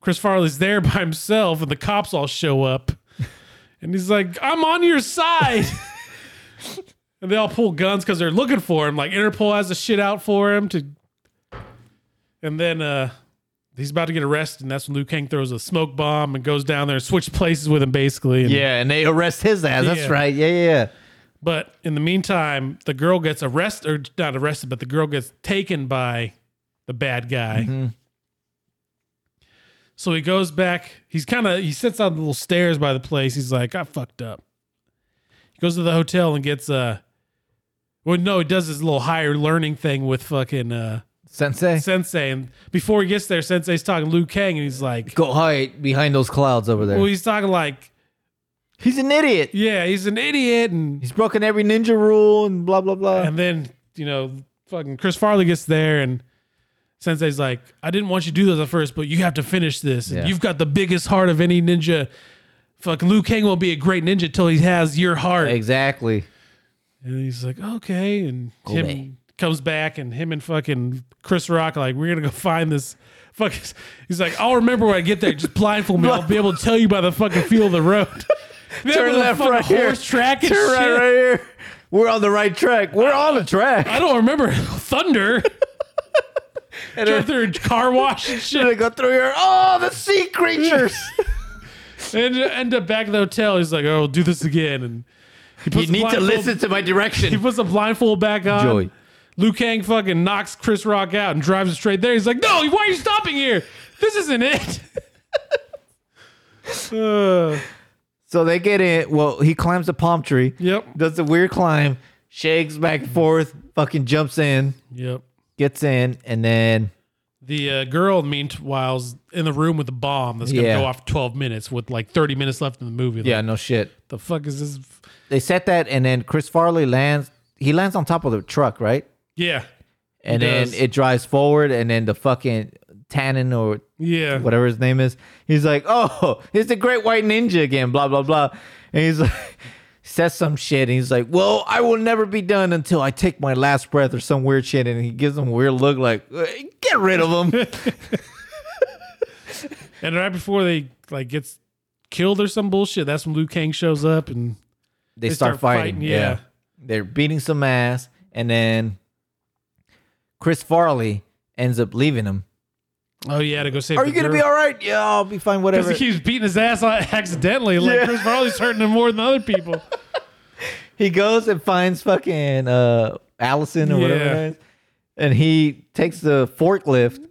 S1: Chris Farley's there by himself, and the cops all show up. And he's like, I'm on your side. and they all pull guns because they're looking for him. Like Interpol has the shit out for him to and then uh he's about to get arrested, and that's when Liu Kang throws a smoke bomb and goes down there and switch places with him basically. And-
S4: Yeah, and they arrest his ass.
S1: Yeah.
S4: That's right. Yeah, yeah, yeah.
S1: But in the meantime, the girl gets arrested, or not arrested, but the girl gets taken by the bad guy. So he goes back. He's kind of he sits on the little stairs by the place. He's like, I fucked up. He goes to the hotel and gets uh well no, he does his little higher learning thing with fucking uh
S4: Sensei,
S1: Sensei and before he gets there, Sensei's talking to Liu Kang and he's like
S4: go hide behind those clouds over there.
S1: Well he's talking like,
S4: he's an idiot.
S1: yeah, he's an idiot and
S4: He's broken every ninja rule and blah blah blah.
S1: and then, you know, fucking Chris Farley gets there and Sensei's like, I didn't want you to do those at first, but you have to finish this. And
S4: Yeah.
S1: you've got the biggest heart of any ninja. Fucking Liu Kang won't be a great ninja till he has your heart.
S4: exactly.
S1: And he's like, okay. And
S4: Go
S1: him
S4: away.
S1: comes back, and him and fucking Chris Rock are like, we're gonna go find this. Fuck. He's like, I'll remember when I get there. Just blindfold me. I'll be able to tell you by the fucking feel of the road. Remember
S4: Turn
S1: the
S4: left
S1: fucking
S4: right here.
S1: horse track and
S4: Turn right
S1: shit?
S4: right here. We're on the right track. We're on the track.
S1: I don't remember thunder.
S4: And
S1: Drive
S4: then
S1: through a car wash and
S4: I
S1: shit.
S4: go through here. Oh, the sea creatures.
S1: And end up back at the hotel. He's like, oh, do this again. And he
S4: you
S1: the
S4: need to
S1: blindfold-
S4: listen to my
S1: He
S4: direction.
S1: puts the blindfold back on.
S4: Joey.
S1: Liu Kang fucking knocks Chris Rock out and drives him straight there. He's like, no, why are you stopping here? This isn't it. Uh,
S4: So they get in. Well, he climbs a palm tree.
S1: yep.
S4: Does the weird climb. Shakes back and forth. Fucking jumps in.
S1: Yep.
S4: Gets in, and then
S1: The uh, girl, meanwhile's in the room with the bomb that's going to
S4: Yeah.
S1: go off 12 minutes with like 30 minutes left in the movie. Like,
S4: yeah, no shit.
S1: The fuck is this?
S4: They set that, and then Chris Farley lands. He lands on top of the truck, right?
S1: Yeah.
S4: And
S1: He
S4: then
S1: does.
S4: it drives forward, and then the fucking Tannen or
S1: Yeah.
S4: whatever his name is. He's like, oh, it's the Great White Ninja again, blah blah blah. And he's like, says some shit, and he's like, well, I will never be done until I take my last breath or some weird shit. And he gives him a weird look, like, "Uh, get rid of him.
S1: And right before they like gets killed or some bullshit, that's when Liu Kang shows up and
S4: they,
S1: start
S4: start, fighting.
S1: fighting,
S4: yeah.
S1: yeah.
S4: they're beating some ass, and then Chris Farley ends up leaving him.
S1: oh yeah, to go save.
S4: Are
S1: the
S4: you gonna
S1: girl.
S4: be all right? Yeah, I'll be fine.
S1: Because
S4: Whatever.
S1: he keeps beating his ass on accidentally. Like
S4: Yeah.
S1: Chris Farley's hurting him more than other people.
S4: he goes and finds fucking uh Allison or whatever
S1: Yeah.
S4: it is, and he takes the forklift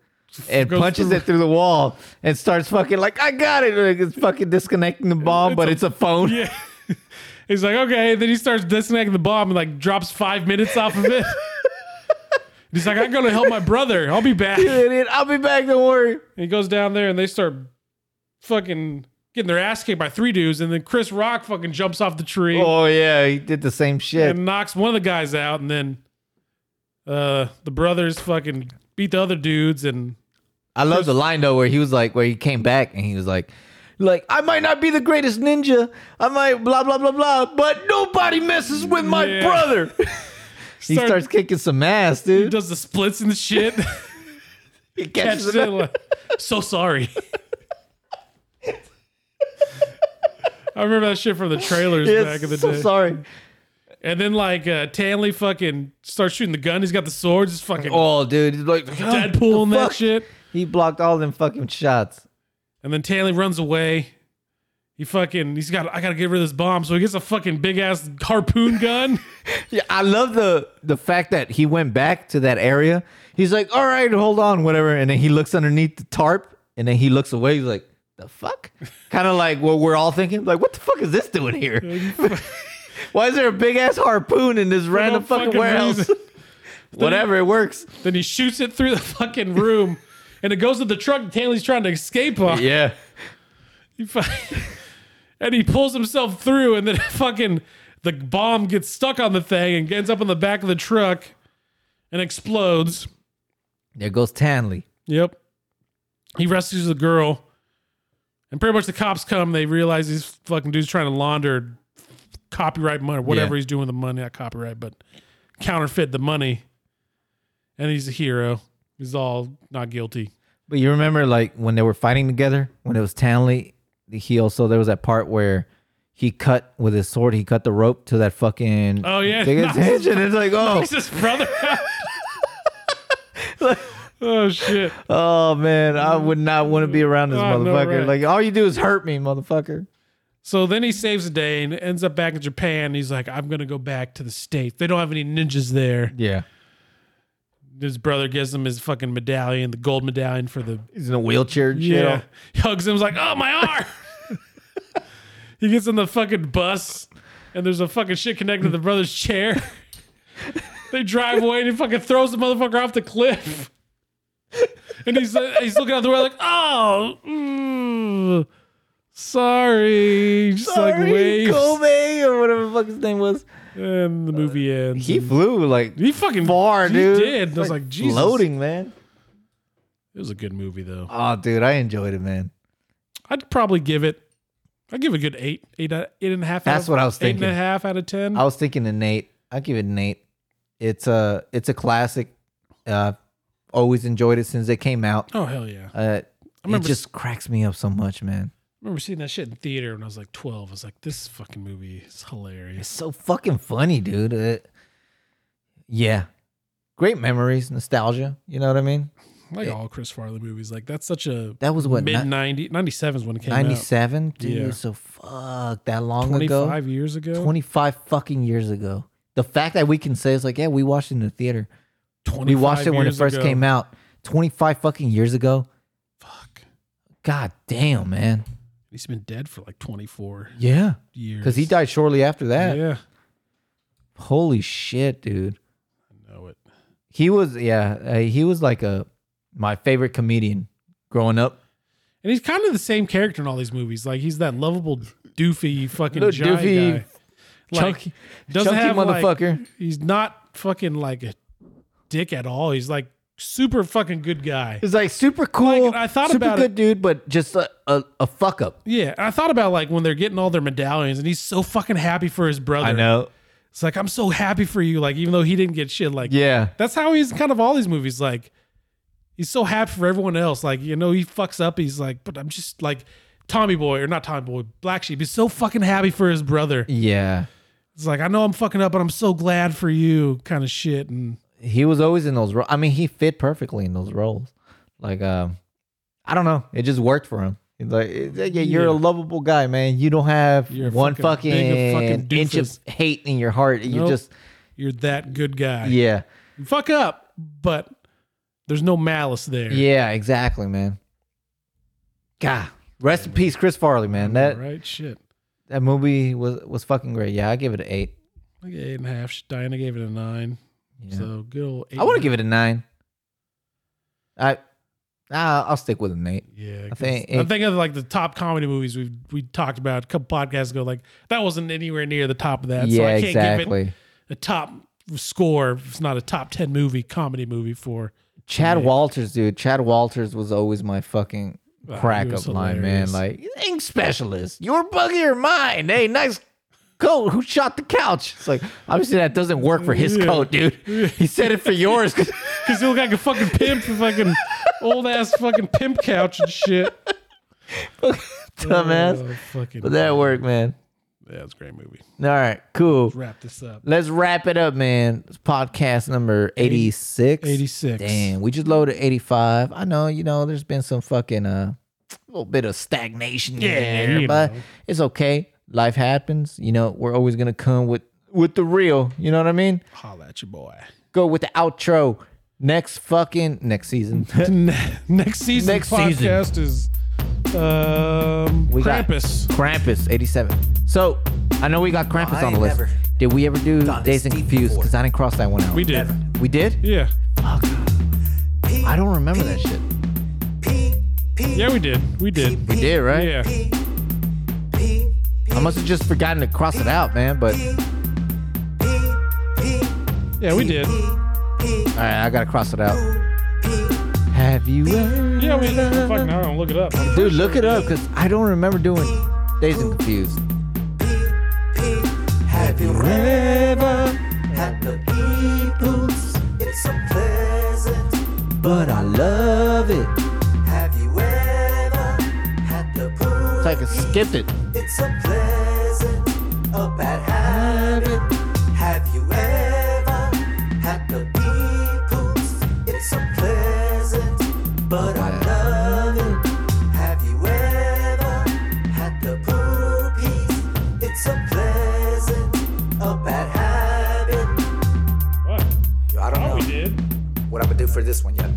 S4: and
S1: Goes
S4: punches
S1: through-
S4: it through the wall and starts fucking like I got it. Like, it's fucking disconnecting the bomb, but it's a phone.
S1: Yeah. He's like, okay. Then he starts disconnecting the bomb and like drops five minutes off of it. He's like, I'm gonna help my brother. I'll be back.
S4: You idiot! I'll be back. Don't worry.
S1: And he goes down there and they start fucking getting their ass kicked by three dudes. And then Chris Rock fucking jumps off the tree
S4: Oh yeah, he did the same shit.
S1: and knocks one of the guys out. And then uh the brothers fucking beat the other dudes. And
S4: I love the line though where he was like, where he came back and he was like, like I might not be the greatest ninja, I might blah blah blah blah, but nobody messes with my
S1: Yeah.
S4: brother. he
S1: Start-
S4: starts kicking some ass, dude.
S1: does the splits and the shit.
S4: He
S1: Catch it,
S4: catches it.
S1: like, so sorry. I remember that shit from the trailers
S4: Yes,
S1: back in the
S4: so
S1: day.
S4: sorry.
S1: And then like uh, Tanley fucking starts shooting the gun. He's got the swords. Just fucking
S4: Oh, dude, he's like
S1: Deadpool and
S4: the
S1: that
S4: fuck?
S1: shit.
S4: He blocked all them fucking shots.
S1: And then Tanley runs away. He fucking he's got I gotta get rid of this bomb. So he gets a fucking big ass harpoon gun.
S4: Yeah, I love the the fact that he went back to that area. He's like, all right, hold on, whatever. And then he looks underneath the tarp, and then he looks away. He's like, the fuck? kind of like what we're all thinking, like, what the fuck is this doing here? Why is there a big ass harpoon in this random fucking,
S1: fucking
S4: warehouse?
S1: reason.
S4: whatever, it works.
S1: then he shoots it through the fucking room. And it goes to the truck that Tanley's trying to escape on.
S4: Yeah.
S1: He fu- and he pulls himself through, and then fucking the bomb gets stuck on the thing and ends up on the back of the truck and explodes.
S4: There goes Tanley.
S1: Yep. He rescues the girl, and pretty much the cops come. They realize these fucking dude's trying to launder copyright money, or whatever
S4: Yeah.
S1: he's doing with the money, not copyright, but counterfeit the money. And he's a hero. He's all not guilty.
S4: But you remember, like when they were fighting together, when it was Tanley, he also there was that part where he cut with his sword, he cut the rope to that fucking
S1: Oh, yeah.
S4: big ass hinge, and it's like oh
S1: He's his brother. oh shit.
S4: oh man, I would not want to be around this
S1: I know,
S4: motherfucker.
S1: right?
S4: Like all you do is hurt me, motherfucker.
S1: So then he saves the day and ends up back in Japan. He's like, I'm gonna go back to the States. They don't have any ninjas there.
S4: Yeah,
S1: his brother gives him his fucking medallion, the gold medallion for the
S4: He's in a wheelchair. and shit.
S1: yeah. He hugs him's like, oh my arm. he gets on the fucking bus, and there's a fucking shit connected to the brother's chair. they drive away, and he fucking throws the motherfucker off the cliff. And he's uh, he's looking out the way like, oh, mm, sorry, just like
S4: Sorry,
S1: waves.
S4: Kobe or whatever the fuck his name was.
S1: And the movie ends.
S4: He flew like
S1: He fucking
S4: far,
S1: he
S4: dude.
S1: did. I was like, Jesus.
S4: Loading, man.
S1: It was a good movie though.
S4: Oh, dude, I enjoyed it, man.
S1: I'd probably give it. I'd give it a good eight, eight, out- eight and a half.
S4: That's
S1: out of,
S4: what I was
S1: Eight and
S4: thinking.
S1: a half out of ten.
S4: I was thinking an eight. I give it an eight. It's a it's a classic. Uh, always enjoyed it since it came out.
S1: oh hell yeah! I
S4: Uh, it
S1: remember-
S4: just cracks me up so much, man.
S1: remember seeing that shit in theater when I was like twelve. I was like, this fucking movie is
S4: It's
S1: hilarious.
S4: so fucking funny, dude. Uh, yeah, great memories, nostalgia. You know what I mean?
S1: Like all Chris Farley movies, like that's such a
S4: That was what
S1: mid 90, 97 is when it came
S4: ninety
S1: out.
S4: seven, dude.
S1: uh, Yeah.
S4: So fuck that long
S1: Twenty
S4: ago.
S1: five years ago.
S4: 25 fucking years ago. The fact that we can say is like, yeah, we watched it in the theater. We watched it when it first came out. 25 fucking years ago.
S1: Fuck.
S4: God damn, man.
S1: He's been dead for like twenty four
S4: Yeah.
S1: years.
S4: Because he died shortly after that.
S1: Yeah,
S4: Holy shit, dude.
S1: I know it.
S4: He was, yeah, uh, he was like a my favorite comedian growing up.
S1: And he's kind of the same character in all these movies. Like he's that lovable, doofy, fucking
S4: Little
S1: giant
S4: doofy,
S1: guy. Like,
S4: chunky-
S1: doesn't
S4: chunky
S1: have like-
S4: motherfucker.
S1: he's not fucking like a dick at all. He's like super fucking good guy.
S4: He's like super cool.
S1: Like, I thought
S4: super
S1: about
S4: good dude, but just a, a, a fuck up.
S1: Yeah, I thought about like when they're getting all their medallions, and he's so fucking happy for his brother. It's like I'm so happy for you. Like even though he didn't get shit, like
S4: Yeah.
S1: that's how he's in kind of all these movies. Like he's so happy for everyone else. Like you know he fucks up. He's like, but I'm just like Tommy Boy or not Tommy Boy, Black Sheep. He's so fucking happy for his brother.
S4: Yeah.
S1: It's like I know I'm fucking up, but I'm so glad for you, kind of shit. And
S4: he was always in those roles. I mean, he fit perfectly in those roles. Like, um, I don't know, it just worked for him. He's like, eh, yeah, you're a
S1: Yeah.
S4: lovable guy, man. You don't have
S1: You're a
S4: one
S1: fucking
S4: fucking,
S1: big fucking
S4: inch of
S1: doofus.
S4: hate in your heart. You
S1: Nope.
S4: just,
S1: you're that good guy.
S4: yeah,
S1: You fuck up, but there's no malice there.
S4: yeah, exactly, man. God, Ah, rest in peace, Chris Farley, man. That
S1: right shit.
S4: that movie was was fucking great. Yeah, I give it an eight.
S1: Like eight and a half. Diana gave it a nine.
S4: Yeah.
S1: So good old. Eight
S4: I want to give it a nine. I, nah, I'll stick with an eight.
S1: Yeah,
S4: I
S1: I
S4: think
S1: think
S4: eight-
S1: I'm thinking of like the top comedy movies we we talked about a couple podcasts ago. Like that wasn't anywhere near the top of that. so
S4: yeah,
S1: I can't
S4: exactly.
S1: Give it a top score. if It's not a top ten movie comedy movie for.
S4: Chad
S1: Yeah.
S4: Walters, dude. Chad Walters was always my fucking
S1: Ah, he
S4: crack up
S1: was
S4: line, man.
S1: hilarious.
S4: Like, ink specialist, your buggy or mine? Hey, nice coat. Who shot the couch? It's like, obviously, that doesn't work for his
S1: Yeah.
S4: coat, dude. He said it for yours.
S1: Because he look like a fucking pimp, a fucking old ass fucking pimp couch and shit.
S4: Dumbass.
S1: Oh, fucking.
S4: But that worked, man.
S1: Yeah, it's a great movie.
S4: All right, cool.
S1: Wrap this up.
S4: Let's wrap it up, man. It's podcast number 86.
S1: 86.
S4: Damn, we just loaded 85. I know, you know, there's been some fucking uh little bit of stagnation
S1: Yeah,
S4: in there,
S1: you
S4: but
S1: know.
S4: it's okay. Life happens. You know, we're always going to come with with the real, you know what I mean?
S1: Holla at your boy.
S4: Go with the outro next fucking next season.
S1: Next season
S4: Next season.
S1: podcast is um,
S4: We got-
S1: Krampus.
S4: Krampus 87. So, I know we got Krampus
S3: I
S4: on the
S3: ain't
S4: list.
S3: never
S4: Did we ever do
S3: done
S4: Days
S3: this
S4: and
S3: deep
S4: Confused?
S3: before.
S4: Because I didn't cross that one out.
S1: We did.
S4: We did?
S1: Yeah.
S4: I don't remember that shit.
S1: Yeah, we did. We did.
S4: We did, right?
S1: Yeah.
S4: I must have just forgotten to cross it out, man. But all
S1: Yeah, we did.
S4: right, I gotta cross it out. Have you ever?
S1: Yeah, we did. Fuck, now I don't look it up.
S4: Dude, look it up, cause I don't remember doing Days and Confused.
S3: Have you ever had the peoples? It's so pleasant, but I love it. Have you ever had the
S4: It's like I
S3: pool?
S4: skipped it.
S3: It's so pleasant, a bad habit. Have you ever had the peoples? It's so pleasant, but I love it. Have you ever had the poopies? It's so pleasant, a bad habit.
S1: What?
S3: I don't
S1: Oh, we
S3: know
S1: did.
S3: what what I'm gonna do for this one yet.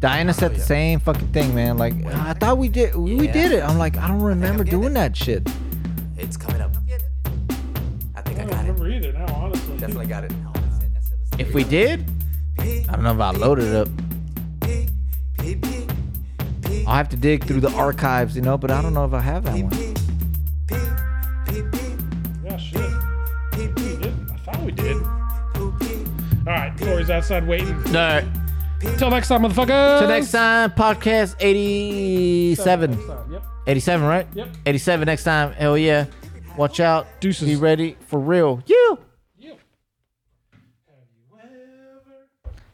S4: Diana said the same fucking thing, man. Like I thought we did, we
S3: Yeah.
S4: did it. I'm like I don't remember
S3: getting
S4: doing
S3: it.
S4: that shit.
S3: It's coming up. I think I got it.
S1: either now, honestly.
S3: Definitely got it.
S4: If we did, I don't know if I loaded it up. I'll have to dig through the archives, you know. But I don't know if I have that one.
S1: Yeah, shit. I thought we did. All right, Corey's outside waiting.
S4: All right.
S1: Till next time, motherfucker.
S4: Till next time, podcast 87.
S1: Yep.
S4: 87, right?
S1: Yep.
S4: 87 next time. Hell yeah. Watch out.
S1: Deuces.
S4: Be ready for real. You.